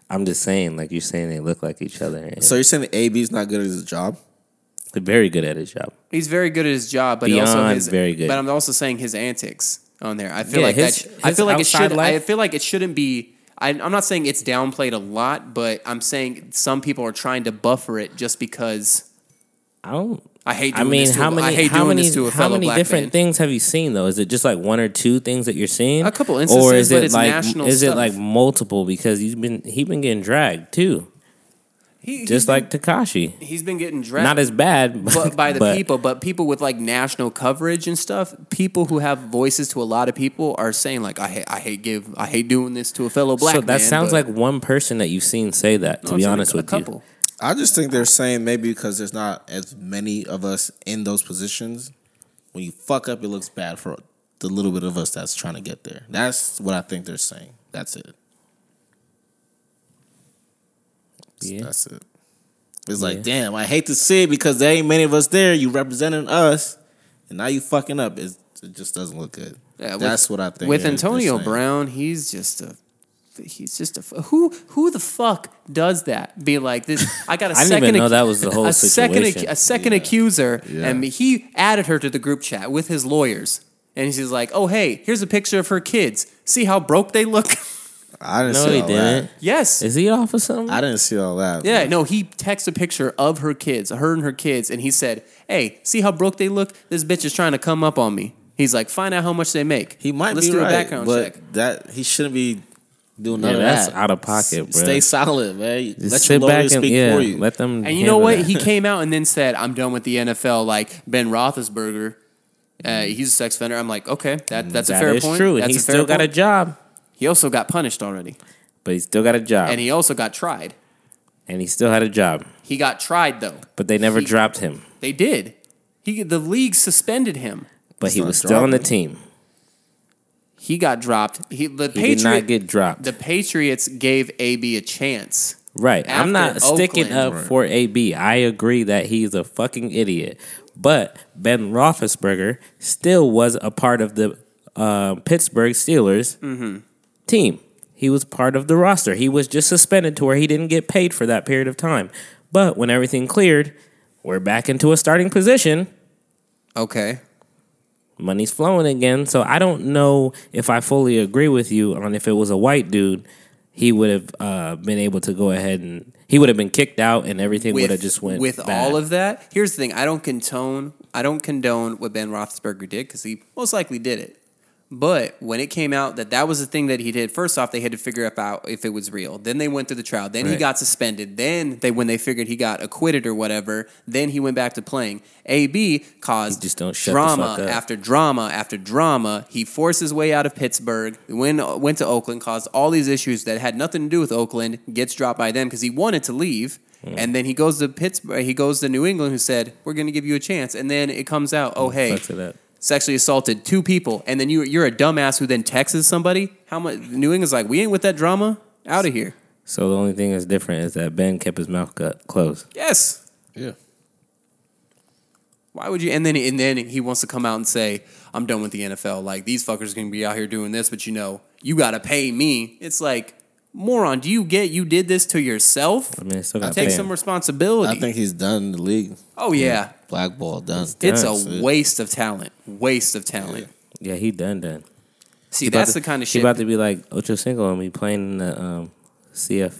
I'm just saying, like you're saying, they look like each other. And So you're saying the AB's not good at his job? they're very good at his job. He's very good at his job, but also Beyond his very good. But I'm also saying his antics on there. I feel Yeah, like his- that. Sh- I his feel like it outside should. I life- feel like it shouldn't be. I, I'm not saying it's downplayed a lot, but I'm saying some people are trying to buffer it just because I don't. I hate. I Doing mean, this to how a- many? I hate how doing many? this to a how fellow many black different man. things have you seen though? Is it just like one or two things that you're seeing? A couple or instances, is it but it's like national is it stuff. like multiple? Because he's been he been getting dragged too, He, just he's been- like Takashi. he's been getting dragged. Not as bad, but, but by the but people, but people with like national coverage and stuff, people who have voices to a lot of people are saying like, I hate, I hate give, I hate doing this to a fellow black. so that man, sounds but- like one person that you've seen say that. To No, I'm be saying a- honest a with couple. you, I just think they're saying maybe because there's not as many of us in those positions When you fuck up, it looks bad for the little bit of us that's trying to get there. That's what I think they're saying. That's it. Yeah. That's it. It's like, Yeah. damn, I hate to see it because there ain't many of us there. You representing us, and now you fucking up. It's, it just doesn't look good. Yeah, with- That's what I think. With they're- they're Antonio saying. Brown, he's just a he's just a f- who who the fuck does that? Be like this. I got a I didn't second even know ac- that was the whole a second ac- situation. a second accuser, and he added her to the group chat with his lawyers, and he's like, "Oh hey, here's a picture of her kids. See how broke they look." I didn't No, see he all that. didn't. yes. Is he off of something? I didn't see all that. yeah, no, he texted a picture of her kids, her and her kids, and he said, Hey, see how broke they look? This bitch is trying to come up on me. He's like, Find out how much they make. He might Let's be do right, a background but check. that he shouldn't be doing none Yeah, of that's that. out of pocket, S- bro. Stay solid, man. Just let sit your lawyer back and speak yeah, for you. let them. And you know handle what? that. He came out and then said, "I'm done with the NFL." Like Ben Roethlisberger, uh, he's a sex offender. I'm like, okay, that that's a That fair is point. true. and That's he a fair still got a point. job, He also got punished already, but he still got a job, and he also got tried. and he still had a job, He got tried though. but they never He- dropped him. They did. He the league suspended him. But he not was still on the dropping. team. He got dropped. He the He Patriot, did not get dropped. the Patriots gave AB a chance. Right. I'm not after sticking up Oakland. for AB. I agree that he's a fucking idiot. But Ben Roethlisberger still was a part of the uh, Pittsburgh Steelers Mm-hmm. team. He was part of the roster. He was just suspended to where he didn't get paid for that period of time. But when everything cleared, we're back into a starting position. Okay. Money's flowing again. So I don't know if I fully agree with you on if it was a white dude, he would have uh, been able to go ahead and he would have been kicked out and everything would have just went with bad. all of that. Here's the thing: I don't condone, I don't condone what Ben Roethlisberger did because he most likely did it. But when it came out that that was the thing that he did, first off, they had to figure out if it was real. Then they went through the trial. Then he Right. got suspended. Then they, when they figured he got acquitted or whatever, then he went back to playing. AB caused He just don't shut the drama fuck up. after drama after drama. He forced his way out of Pittsburgh, went, went to Oakland, caused all these issues that had nothing to do with Oakland, gets dropped by them because he wanted to leave. And then he goes to Pittsburgh, he goes to New England, who said, We're going to give you a chance. And then it comes out, Oh, hey, Fucks it up. sexually assaulted two people. And then you, you're a dumbass who then texts somebody. How much? New England's like, We ain't with that drama. Out of here. So the only thing that's different is that Ben kept his mouth cut, closed. Yes. yeah. Why would you? And then and then he wants to come out and say, "I'm done with the NFL. Like these fuckers gonna be out here doing this, but you know, you gotta pay me." It's like, moron, do you get you did this to yourself? I mean, it still got Take paid. some responsibility. I think he's done in the league. oh yeah, Blackball done. it's That's a waste of talent. Waste of talent. yeah, he done done. See, He about that's to- the kind of He shit. about to be like Ocho Cinco and be playing in the um, CF,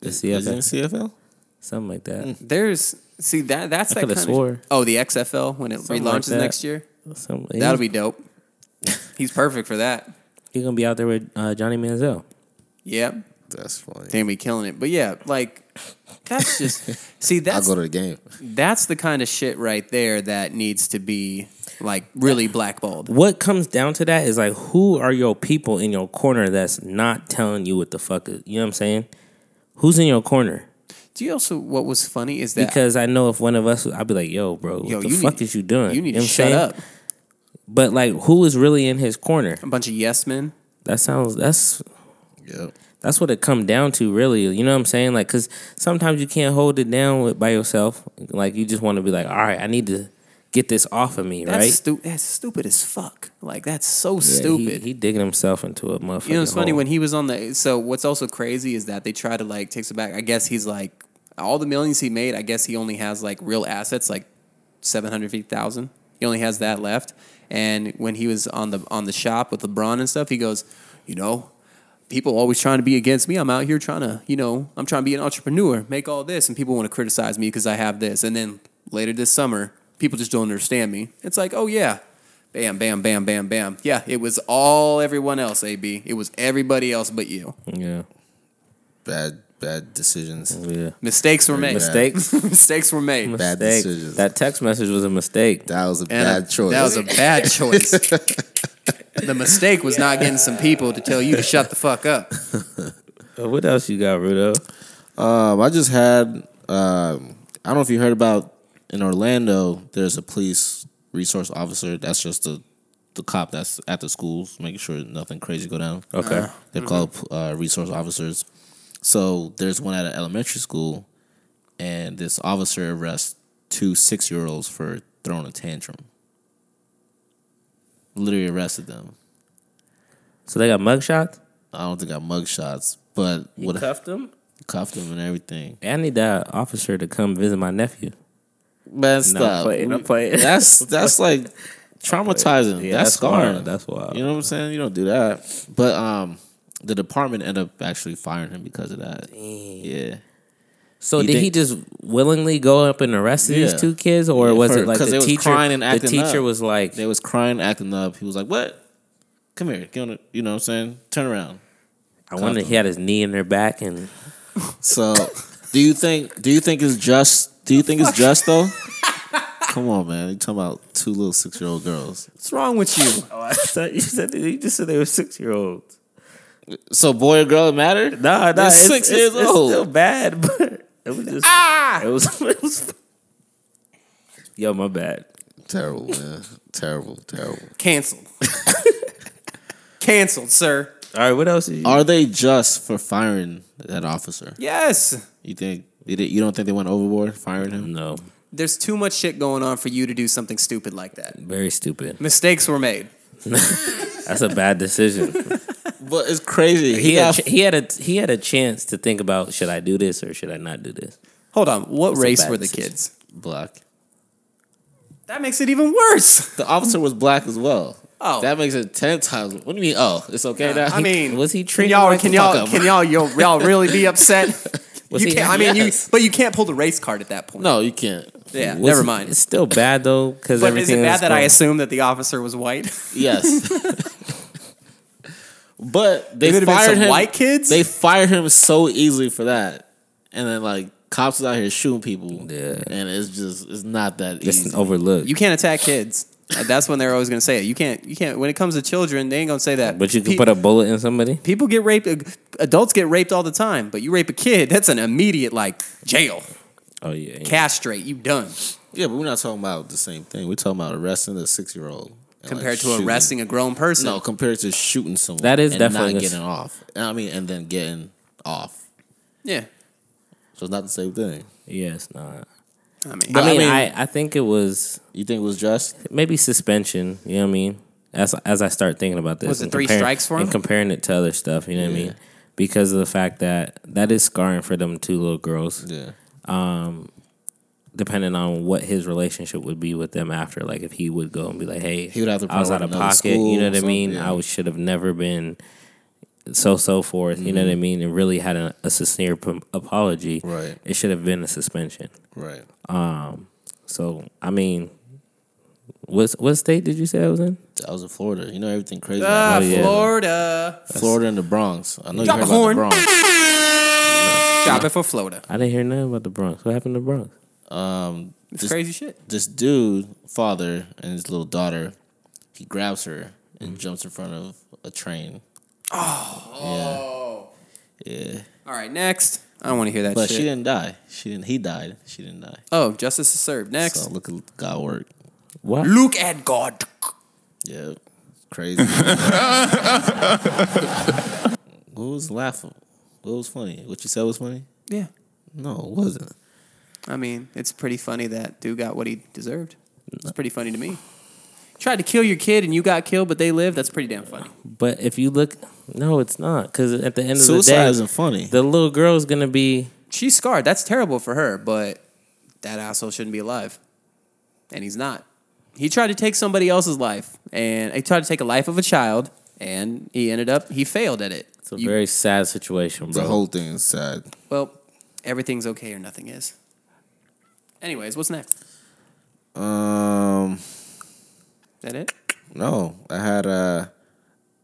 the Is he in CFL, CFL? something like that. Mm. There's see that that's that coulda kind of swore. oh the XFL when it Something like relaunches that. next year. Some- That'll he- be dope. He's perfect for that. he gonna be out there with uh, Johnny Manziel. Yep, That's funny. they're gonna be killing it. But yeah, like that's just see I'll that's go to the game. that's the kind of shit right there that needs to be like really blackballed. What comes down to that is like, who are your people in your corner that's not telling you what the fuck is? You know what I'm saying? Who's in your corner? Do you also what was funny is that Because I know if one of us, I'd be like, "Yo, bro, Yo, what the you fuck need- is you doing?" you need to know what I'm shut saying? up. But like, who is really in his corner? A bunch of yes men. That sounds that's Yep. that's what it come down to, really. You know what I'm saying? Like, cause sometimes you can't hold it down with, by yourself. Like, you just want to be like, "All right, I need to get this off of me," That's right? stu- that's stupid as fuck. Like that's so Yeah, he- stupid. He, digging himself into a motherfucker. you know it's funny when he was on the so what's also crazy is that they try to like takes it back. I guess he's like all the millions he made, I guess he only has like real assets like seven hundred fifty thousand. He only has that left. And when he was on the on the shop with LeBron and stuff, he goes, you know, people always trying to be against me. I'm out here trying to, you know, I'm trying to be an entrepreneur, make all this, and people want to criticize me because I have this. And then later this summer, people just don't understand me. It's like, oh yeah, bam, bam, bam, bam, bam. Yeah, it was all everyone else, AB. It was everybody else but you. yeah, Bad bad decisions. yeah. Mistakes were made. Mistakes. Mistakes were made. Bad Mistake. decisions. That text message was a mistake. That was a And bad a- choice. That was a bad choice. the mistake was not getting some people to tell you to shut the fuck up. Uh, What else you got, Rudo? Um, I just had. Um, I don't know if you heard about in Orlando. There's a police resource officer. That's just the the cop that's at the schools, making sure nothing crazy go down. Okay. They're called uh, resource officers. So there's one at an elementary school, and this officer arrests two six year olds for throwing a tantrum. Literally arrested them. So they got mugshots. I don't think I mug shots, but You what cuffed them. cuffed them and everything. I need that officer to come visit my nephew. Man, No, stop. play it, We- I'm playing. That's that's like traumatizing. Yeah, that's, that's wild, scarring. that's wild. You know what I'm saying? You don't do that. But um, the department ended up actually firing him because of that. Yeah. So You did he think- just willingly go up and arrest Yeah. these two kids, or Yeah, was for- it like 'cause the they was teacher? crying and the acting teacher up. was like, They was crying, acting up. He was like, "What? Come here. Get on the, you know what I'm saying? Turn around." I wonder if he had his knee in their back, and So, do you think? Do you think it's just? Do you think it's just though? Come on, man. You talking about two little six year old girls? What's wrong with you? oh, I thought you said you just said they were six year olds. So, boy or girl, it matter? Nah, nah, They're six years it's old. still bad, but it was just ah! it was. It was Yo, my bad. Terrible, man. terrible, terrible. Canceled. Canceled, sir. All right, what else? Did you- Are they just for firing that officer? Yes. You think you di- you don't think they went overboard firing him? no, There's too much shit going on for you to do something stupid like that. very stupid. Mistakes were made. That's a bad decision. But it's crazy. He, he had got ch- he had a he had a chance to think about should I do this or should I not do this. Hold on. What a race bad were the decision. kids? black. That makes it even worse. The officer was black as well. Oh. that makes it ten times. What do you mean? Oh, it's okay. now? I mean, Was he can treated? y'all like can a y'all fuck-up? can y'all y'all, y'all really be upset? Was you he- can't, I mean, Yes. you but you can't pull the race card at that point. no, you can't. Yeah, Was never it- mind. It's still bad though because But is everything it bad that's that I going- assume that the officer was white? Yes. but they It could have been fired some him. white kids? They fired him so easily for that, and then like cops is out here shooting people. Yeah. and it's just it's not that just easy. overlooked? You can't attack kids. That's when they're always going to say it. You can't. You can't. When it comes to children, they ain't going to say that. but you can Pe- put a bullet in somebody. people get raped. uh, Adults get raped all the time. But you rape a kid, that's an immediate like jail, Oh yeah, yeah. castrate. You done. Yeah, but we're not talking about the same thing. We're talking about arresting a six year old Compared Oh, to arresting a grown person. No, compared to shooting someone. That is and definitely not a- getting off. And I mean, and then getting off. Yeah. So it's not the same thing. yeah, it's not. I mean, I I mean, I, mean- I, think it was You think it was just? maybe suspension. You know what I mean? As as I start thinking about this, Was it and three comparing- strikes for him? and comparing it to other stuff. You know what I Yeah. mean? Because of the fact that that is scarring for them two little girls. Yeah. depending on what his relationship would be with them after. Like if he would go and be like, "Hey, He would have to I was out probably of another pocket," you school know or what I mean? something, I yeah. was- should have never been so so forth. You know what I mean? And really had a, a sincere p- apology. Mm-hmm. Right. It should have been a suspension. Right. So I mean, what what state did you say I was in? I was in Florida. You know everything crazy. Ah, about Oh, yeah. Florida. Florida and the Bronx. I know you Drop heard a about the horn. Bronx. Shopping for Florida. I didn't hear nothing about the Bronx. What happened to the Bronx? Um, It's this, crazy shit. this dude, father, and his little daughter, he grabs her and jumps in front of a train. Oh. Yeah. Yeah. All right, next. I don't want to hear that But shit. she didn't die. She didn't. He died. She didn't die. oh, justice is served. Next. So look at God work. What? Look at God. Yeah, crazy. what was laughing? What was funny? What you said was funny? Yeah. No, it wasn't. I mean, it's pretty funny that dude got what he deserved. It's pretty funny to me. Tried to kill your kid and you got killed, but they lived. That's pretty damn funny. But if you look, no, it's not. Because at the end of Suicide the day, isn't funny. the little girl's gonna be She's scarred. That's terrible for her, but that asshole shouldn't be alive. And he's not. He tried to take somebody else's life, and he tried to take a life of a child, and he ended up, he failed at it. It's a You- very sad situation, bro. the whole thing is sad. well, everything's okay or nothing is. Anyways, what's next? Um, That it? no, I had a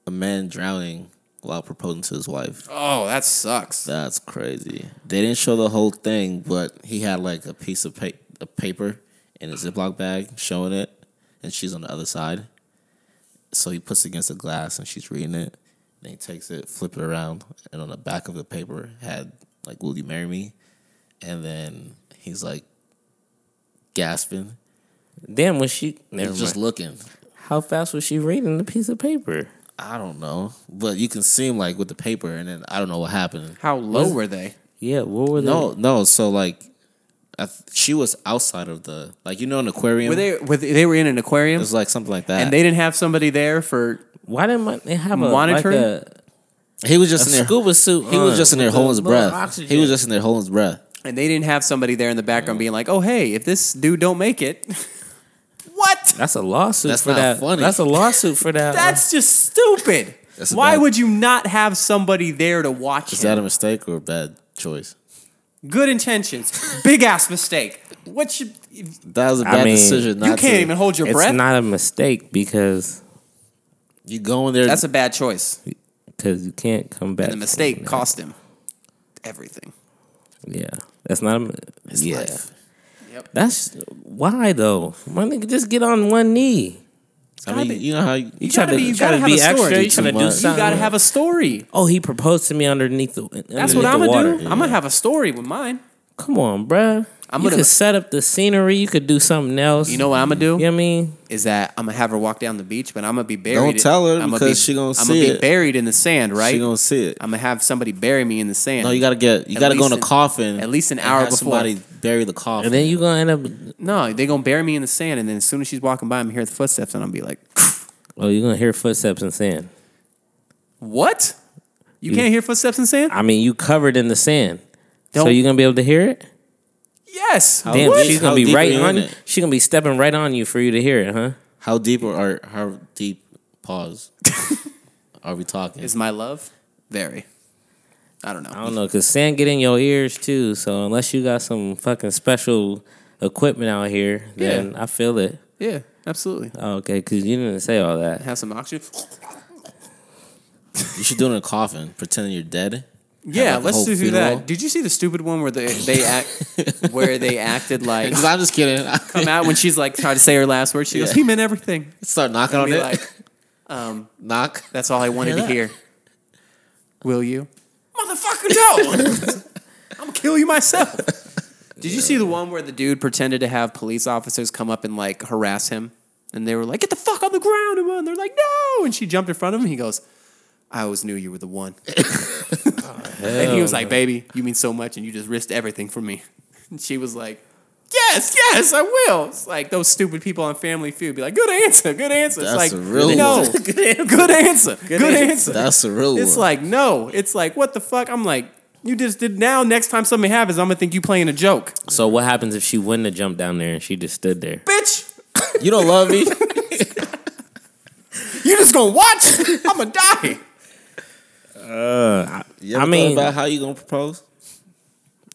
a man drowning while proposing to his wife. Oh, that sucks. That's crazy. They didn't show the whole thing, but he had like a piece of pa- a paper in a Ziploc bag showing it, and she's on the other side. So he puts it against the glass and she's reading it. Then he takes it, flip it around, and on the back of the paper had like, Will you marry me? And then he's like gasping. Damn, was she? Never He's just mind. looking. How fast was she reading the piece of paper? I don't know, but you can see him like with the paper, and then I don't know what happened. How low were they? Yeah, what were they? No, no. So like, I th- she was outside of the like you know an aquarium. Were they? Were they, they were in an It aquarium, was like something like that. and they didn't have somebody there for. Why didn't my- they have a Monitoring? Like a, he was just a in there. scuba suit. he was on just in there with a holding his little breath. oxygen? He was just in there holding his breath. And they didn't have somebody there in the background being like, "Oh, hey, if this dude don't make it, what? That's a lawsuit That's for not that. funny. That's a lawsuit for that. That's just stupid. That's a Why bad- would you not have somebody there to watch Is him? that a mistake or a bad choice? Good intentions, big ass mistake. What should you That was a I bad mean, decision. Not can't to. even hold your it's breath? not a mistake because You go in there. That's a bad choice. because you can't come back. And the from mistake that. cost him everything. Yeah, that's not. A, yeah, life. Yep. that's why though. My nigga, just get on one knee. I mean, you know how you, You, gotta be- you gotta have a story. You trying to Too do much. something. You gotta have a story. Oh, he proposed to me underneath the. That's underneath what the I'm water. gonna do. I'm gonna have a story with mine. Come on, bruh. I'm you gonna- could set up the scenery. You could do something else. You know what I'm gonna do? You know what I mean? Is that I'm gonna have her walk down the beach, but I'm gonna be buried. Don't tell her I'm because be, she gonna I'm see be it. buried in the sand, right? she gonna see it. I'm gonna have somebody bury me in the sand. No, you gotta get. You At gotta go in a least an- coffin. at least an and hour have before. Somebody bury the coffin. And then you gonna end up. no, they gonna bury me in the sand, and then as soon as she's walking by, I'm gonna hear the footsteps, and I'll be like, Oh, you're gonna hear footsteps in sand. "What? You, Hmm. can't hear footsteps in sand? I mean, you covered in the sand. so Don't- Oh, you gonna be able to hear it? yes. Damn, What? she's How gonna be deep are right you on in you. it? She's gonna be stepping right on you for you to hear it, huh? How deep are, are how deep? Pause. are we talking? Is my love very? I don't know. I don't know, cause sand get in your ears too. So unless you got some fucking special equipment out here, then I feel it. Yeah, absolutely. Oh, okay, cause you didn't say all that. Have some oxygen. you should do it in a coffin, pretending you're dead. Yeah, like, a let's whole do funeral. that. Did you see the stupid one where they they act where they acted like Because I'm just kidding. I come out when she's like trying to say her last words? She goes, Yeah. "He meant everything." start knocking on Be it. like, um, Knock. That's all I wanted Hear to that? hear. Will you? Motherfucker, no! I'm gonna kill you myself. Did you see the one where the dude pretended to have police officers come up and like harass him? And they were like, get the fuck on the ground. And they're like, no. And she jumped in front of him. He goes, I always knew you were the one. and he was like, baby, you mean so much and you just risked everything for me. And she was like, yes, yes, I will. It's like those stupid people on Family Feud be like, good answer, good answer. It's That's like, a real no, one. good answer, good answer. That's the real It's one. like, no. It's like, what the fuck? I'm like, you just did now. Next time something happens, I'm gonna think you playing a joke. So what happens if she wouldn't have jumped down there and she just stood there? Bitch, you don't love me. you just gonna watch. I'm gonna die. You ever I mean- thought about how you gonna propose?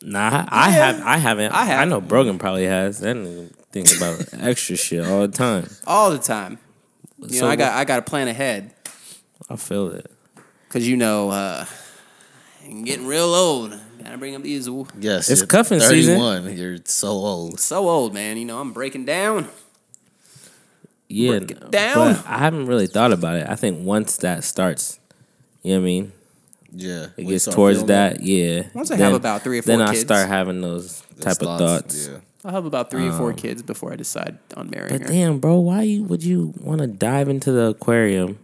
Nah, I Yeah. have. I haven't. I I, have. know Brogan probably has. That nigga think about extra shit all the time. All the time. You So know, I got I gotta plan ahead. I feel it. Cause you know, uh I'm getting real old. Gotta bring up these Yes. It's you're cuffing season. 31. You're so old. so old, man. You know, I'm breaking down. Yeah, Break it no, down. but I haven't really thought about it. I think once that starts, you know what I mean. Yeah. It gets towards that, yeah. Once I have about three or four then I kids. start having those type of thoughts. Yeah. I'll have about three or four kids before I decide on marrying But her. damn, bro, why you, would you want to dive into the aquarium,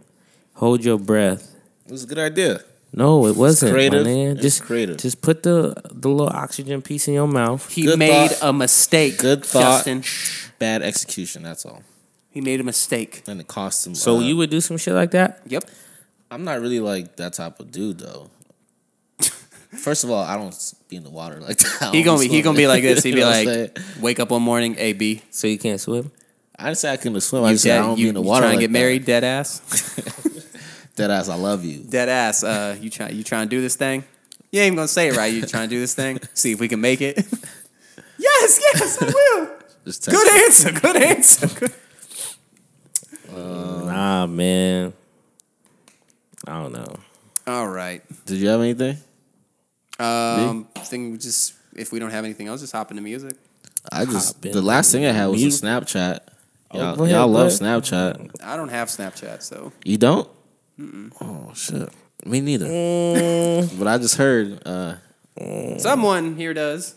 hold your breath? It was a good idea. No, it wasn't. my creative. man. It's Just creative. Just put the the little oxygen piece in your mouth. He Good made thought. a mistake. Good thought. Justin. Bad execution. That's all. He made a mistake. And it cost him. So uh, you would do some shit like that? Yep. I'm not really like that type of dude though. First of all, I don't s- be in the water like that. He gonna be he gonna be like this. He You be know what I'm saying? like, wake up one morning, A B. So you can't swim? I didn't say I couldn't swim. I You just said I dead, don't you, be in the you water. trying like to that. get married, dead ass, Dead ass, I love you. dead ass. Uh, you trying you trying to do this thing? You ain't gonna say it right. You trying to do this thing? See if we can make it. yes, yes, I will. Just text Good answer. Good answer. Good- Nah, man. I don't know. All right. Did you have anything? Um, thing we just if we don't have anything else, just hop into music. I just Hopping the last thing I had was a music. Oh, Snapchat. Y'all, go ahead, y'all go love ahead. Snapchat. I don't have Snapchat, so You don't? Oh shit. Me neither. Mm. but I just heard. Uh, someone here does.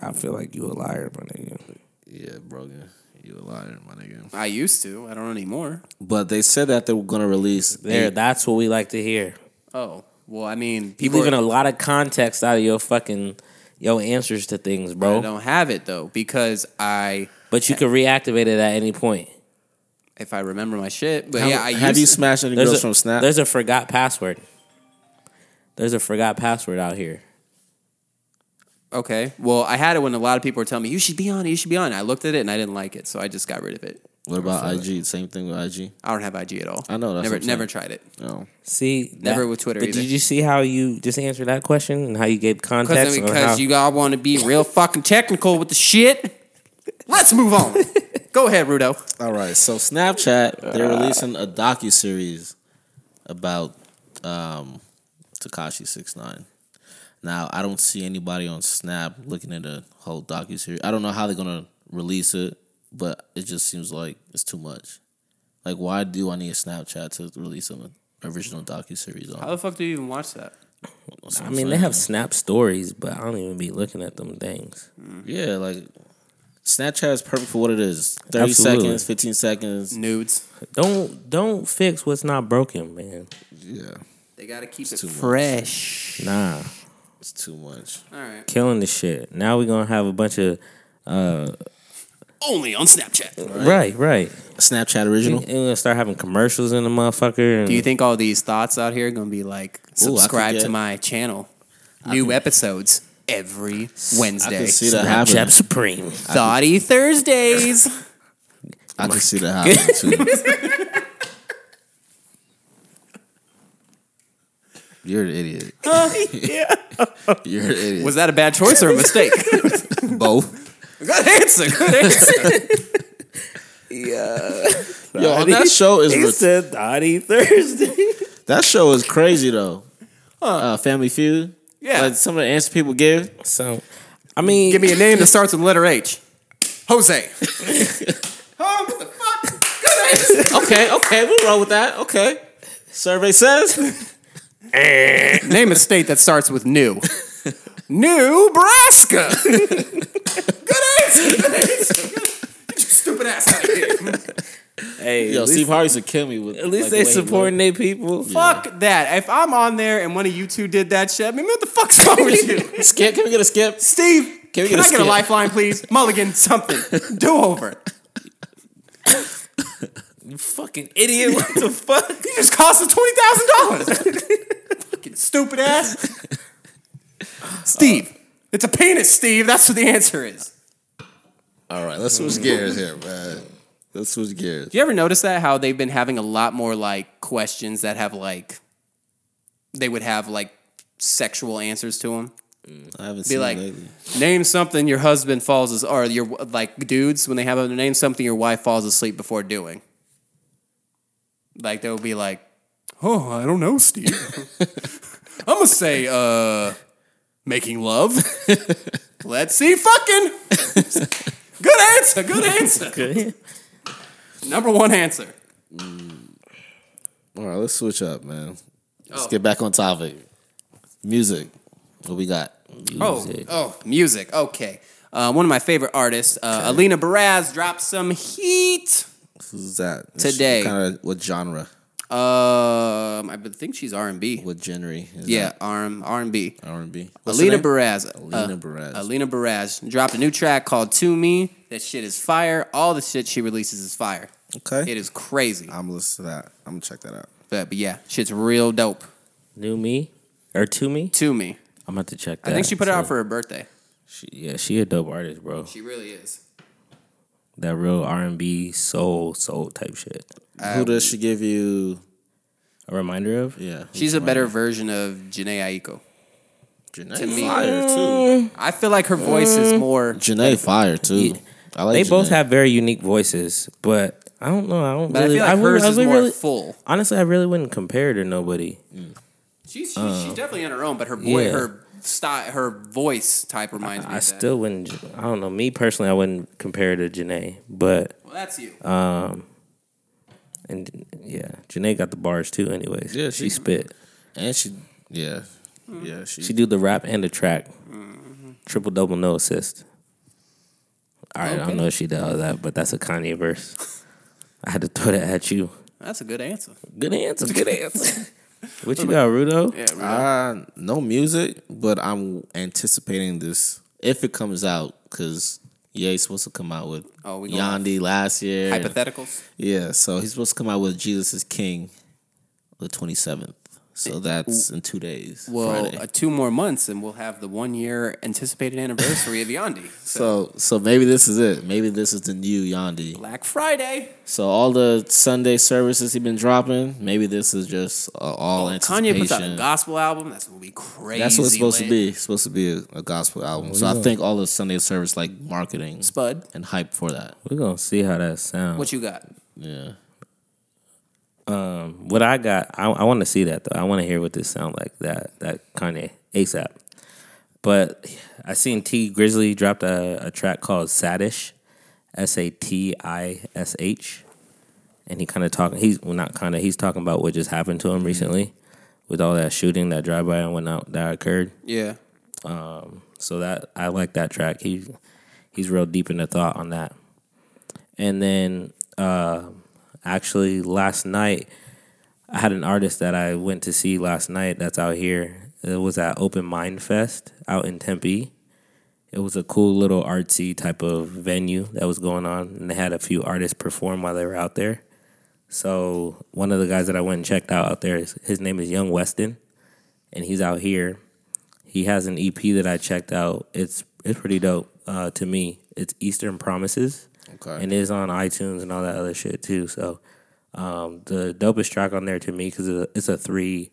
I feel like you a liar, my nigga. yeah, Brogan. You a liar, my nigga. I used to. I don't anymore. But they said that they were gonna release. There, eight- that's what we like to hear. Oh well, I mean, You people leaving are, a lot of context out of your fucking your answers to things, I bro. don't have it though because I, But you can reactivate it at any point. if I remember my shit, but How- yeah, I have used you to- smashed any There's girls a, from Snap? There's a forgot password. There's a forgot password out here. Okay. Well, I had it when a lot of people were telling me you should be on it, you should be on it. I looked at it and I didn't like it, so I just got rid of it. What about IG? Same thing with IG. I don't have IG at all. I know, that's what never I'm saying. never tried it. No. See, Never with Twitter But either. did you see how you just answered that question and how you gave Cause, context? on how- because you all want to be real fucking technical with the shit. Let's move on. Go ahead, Rudo. All right. So Snapchat, they're releasing a docu series about um, Takashi Six Nine. Now I don't see anybody on Snap looking at a whole docu series. I don't know how they're gonna release it, but it just seems like it's too much. Like, why do I need Snapchat to release an original docu series on? How the fuck do you even watch that? I mean, they have Snap stories, but I don't even be looking at them things. Yeah, like Snapchat is perfect for what it is. Thirty Absolutely. seconds, fifteen seconds. Nudes. Don't don't fix what's not broken, man. Yeah, They gotta keep It's it too much. fresh. Nah, it's too much. All right. killing the shit. Now we're gonna have a bunch of Only on Snapchat. right, right. Snapchat original. And we're gonna start having commercials in the motherfucker. And Do you think all these thoughts out here are gonna be like subscribe get- to my channel? New episodes every Wednesday. I can see that happening. Snapchat Supreme? Thoughty Thursdays. I can see that happening too. You're an idiot. You're an idiot. Was that a bad choice or a mistake? both? good answer. Good answer. Yo, and that show is re- said Dottie Thursday. that show is crazy though. Uh, Family Feud. Yeah. like some of the answers people give. So, I mean, Give me a name that starts with the letter H. Jose. oh, what the fuck? Good answer. Okay, okay, we'll roll with that. Okay, survey says Name a state that starts with new. New Nebraska. good answer. Good answer. Good- Get your stupid ass out of here. hey, Yo, at least, Steve Harvey would kill me with at like, least they the way he supporting their people. Fuck that. If I'm on there and one of you two did that shit, I mean, what the fuck's wrong with you? looked. Skip, can we get a skip? Steve, Can can, we get a I get a skip? lifeline, please? Mulligan, something. Do over. You fucking idiot! What the fuck? You just cost us twenty thousand dollars. Fucking stupid ass. Steve, it's a penis, Steve. That's what the answer is. All right, let's switch gears here, man. Let's switch gears. Do you ever notice that how they've been having a lot more like questions that have like they would have like sexual answers to them? I haven't Be seen like, it lately. name something your husband falls as or your like dudes when they have a name something your wife falls asleep before doing. Like they'll be like, oh, I don't know, Steve. I'm gonna say, uh, making love. Let's see, fucking. good answer. Good answer. Number one answer. All right, let's switch up, man. Let's Oh. get back on topic. Music. What we got? Oh, oh, music. Okay. Uh, one of my favorite artists, uh, Alina Baraz, dropped some heat. Who's that Today. Kind of what genre? Um, I would think she's R and B. What genre? Is Yeah, R and B. R and B. Alina Baraz. Alina uh, Baraz. Alina Baraz dropped a new track called "To Me." That shit is fire. All the shit she releases is fire. Okay. It is crazy. I'm listening to that. I'm gonna check that out. But, but yeah, shit's real dope. New me or to me? To me, I'm about to check I that. think she put it out So, for her birthday. she- yeah, she a dope artist, bro. She really is. that real R and B soul soul type shit. Who does she give you? A reminder of Yeah, She's a better version of Janae Aiko. Janae to me. Fire too. I feel like her voice Mm. is more. Janae Fire too. Yeah. I like. they both Jhené. have very unique voices, but I don't know. I don't But I really. feel like would- hers I is would more really- full. honestly, I really wouldn't compare it to nobody. She's she's, she's definitely on her own, but her boy, Oh. yeah. her style, her voice type reminds me. I of that. still wouldn't. I don't know. Me personally, I wouldn't compare it to Janae, but um, Well, that's you. Uh, and yeah, Janae got the bars too. Anyways, Yeah, she, she- spit. and she, yeah, Hmm. yeah, she. She do the rap and the track. Triple double no assist. All right, I Okay. don't know if she did all that, but that's a Kanye verse. I had to throw that at you. That's a good answer. Good answer. Good answer. what you got, Rudo? Yeah, really. Uh, no music, but I'm anticipating this if it comes out because Ye's supposed to come out with Oh, we going Yandi last year. Hypotheticals. yeah, so he's supposed to come out with Jesus is King the 27th. So that's in two days. Well, Friday. uh, two more months, and we'll have the one year anticipated anniversary of Yandi. so so maybe this is it. Maybe this is the new Yandi. Black Friday. So all the Sunday services he's been dropping, maybe this is just uh, all anticipation. Kanye puts out a gospel album. That's gonna be crazy. That's what it's supposed to lit. be. It's supposed to be a, a gospel album. So I think all the Sunday service like marketing Spud, and hype for that. We're gonna see how that sounds. what you got? Yeah. Um, what I got, I, I want to see that though. I want to hear what this sound like. That that Kanye ASAP. But I seen T Grizzly dropped a, a track called Sadish, S A T I S H, and he kind of talking. He's well, not kind of. He's talking about what just happened to him recently, with all that shooting, that drive by and whatnot that occurred. Yeah, So that I like that track. He he's real deep into thought on that. And then uh, actually last night I had an artist that I went to see last night that's out here. It was at Open Mind Fest out in Tempe. It was a cool little artsy type of venue that was going on and they had a few artists perform while they were out there. So one of the guys that I went and checked out out there, his name is Young Weston, and he's out here he has an EP that I checked out. It's it's pretty dope uh, to me. It's Eastern Promises, Okay. and it's on iTunes and all that other shit too. So um, the dopest track on there to me because it's a three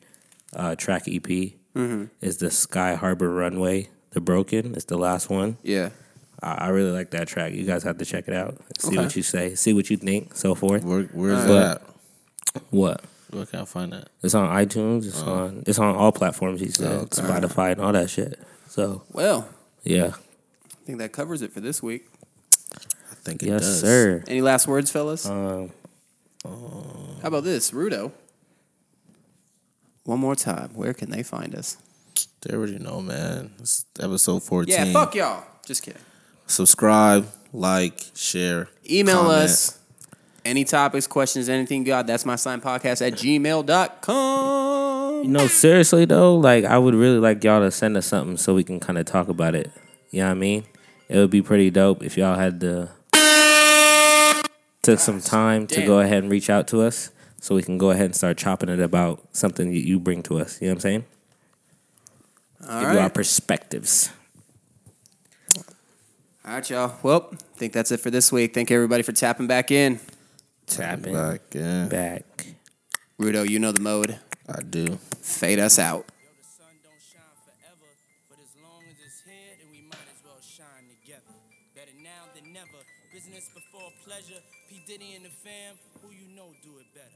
uh, track EP is the Sky Harbor Runway, the Broken. It's the last one. yeah. I, I really like that track. You guys have to check it out. See what you say. See what you think. So forth. Where where's But- that? What? Where can I find that? It's on iTunes. It's on it's on all platforms. He said Oh. Okay. Spotify and all that shit. So Well, yeah, I think that covers it for this week. I think it yes does. sir. Any last words, fellas? How about this, Rudo? One more time. Where can they find us? They already know, man. It's episode 14. Yeah, fuck y'all. Just kidding. Subscribe, like, share. Email comment. us any topics, questions, anything. God, that's my sign podcast at gmail.com. No, seriously though, like I would really like y'all to send us something so we can kind of talk about it. You know what I mean? It would be pretty dope if y'all had the took some time to damn. go ahead and reach out to us so we can go ahead and start chopping it about something that you bring to us. You know what I'm saying? All Give you our right. perspectives. All right, y'all. Well, I think that's it for this week. Thank everybody for tapping back in. Tap in. Back, yeah. Back. Rudo, you know the mode. I do. Fade us out. Yo, the sun don't shine forever, but as long as it's here, then we might as well shine together. Better now than never. Business before pleasure. P. Diddy and the fam, who you know do it better.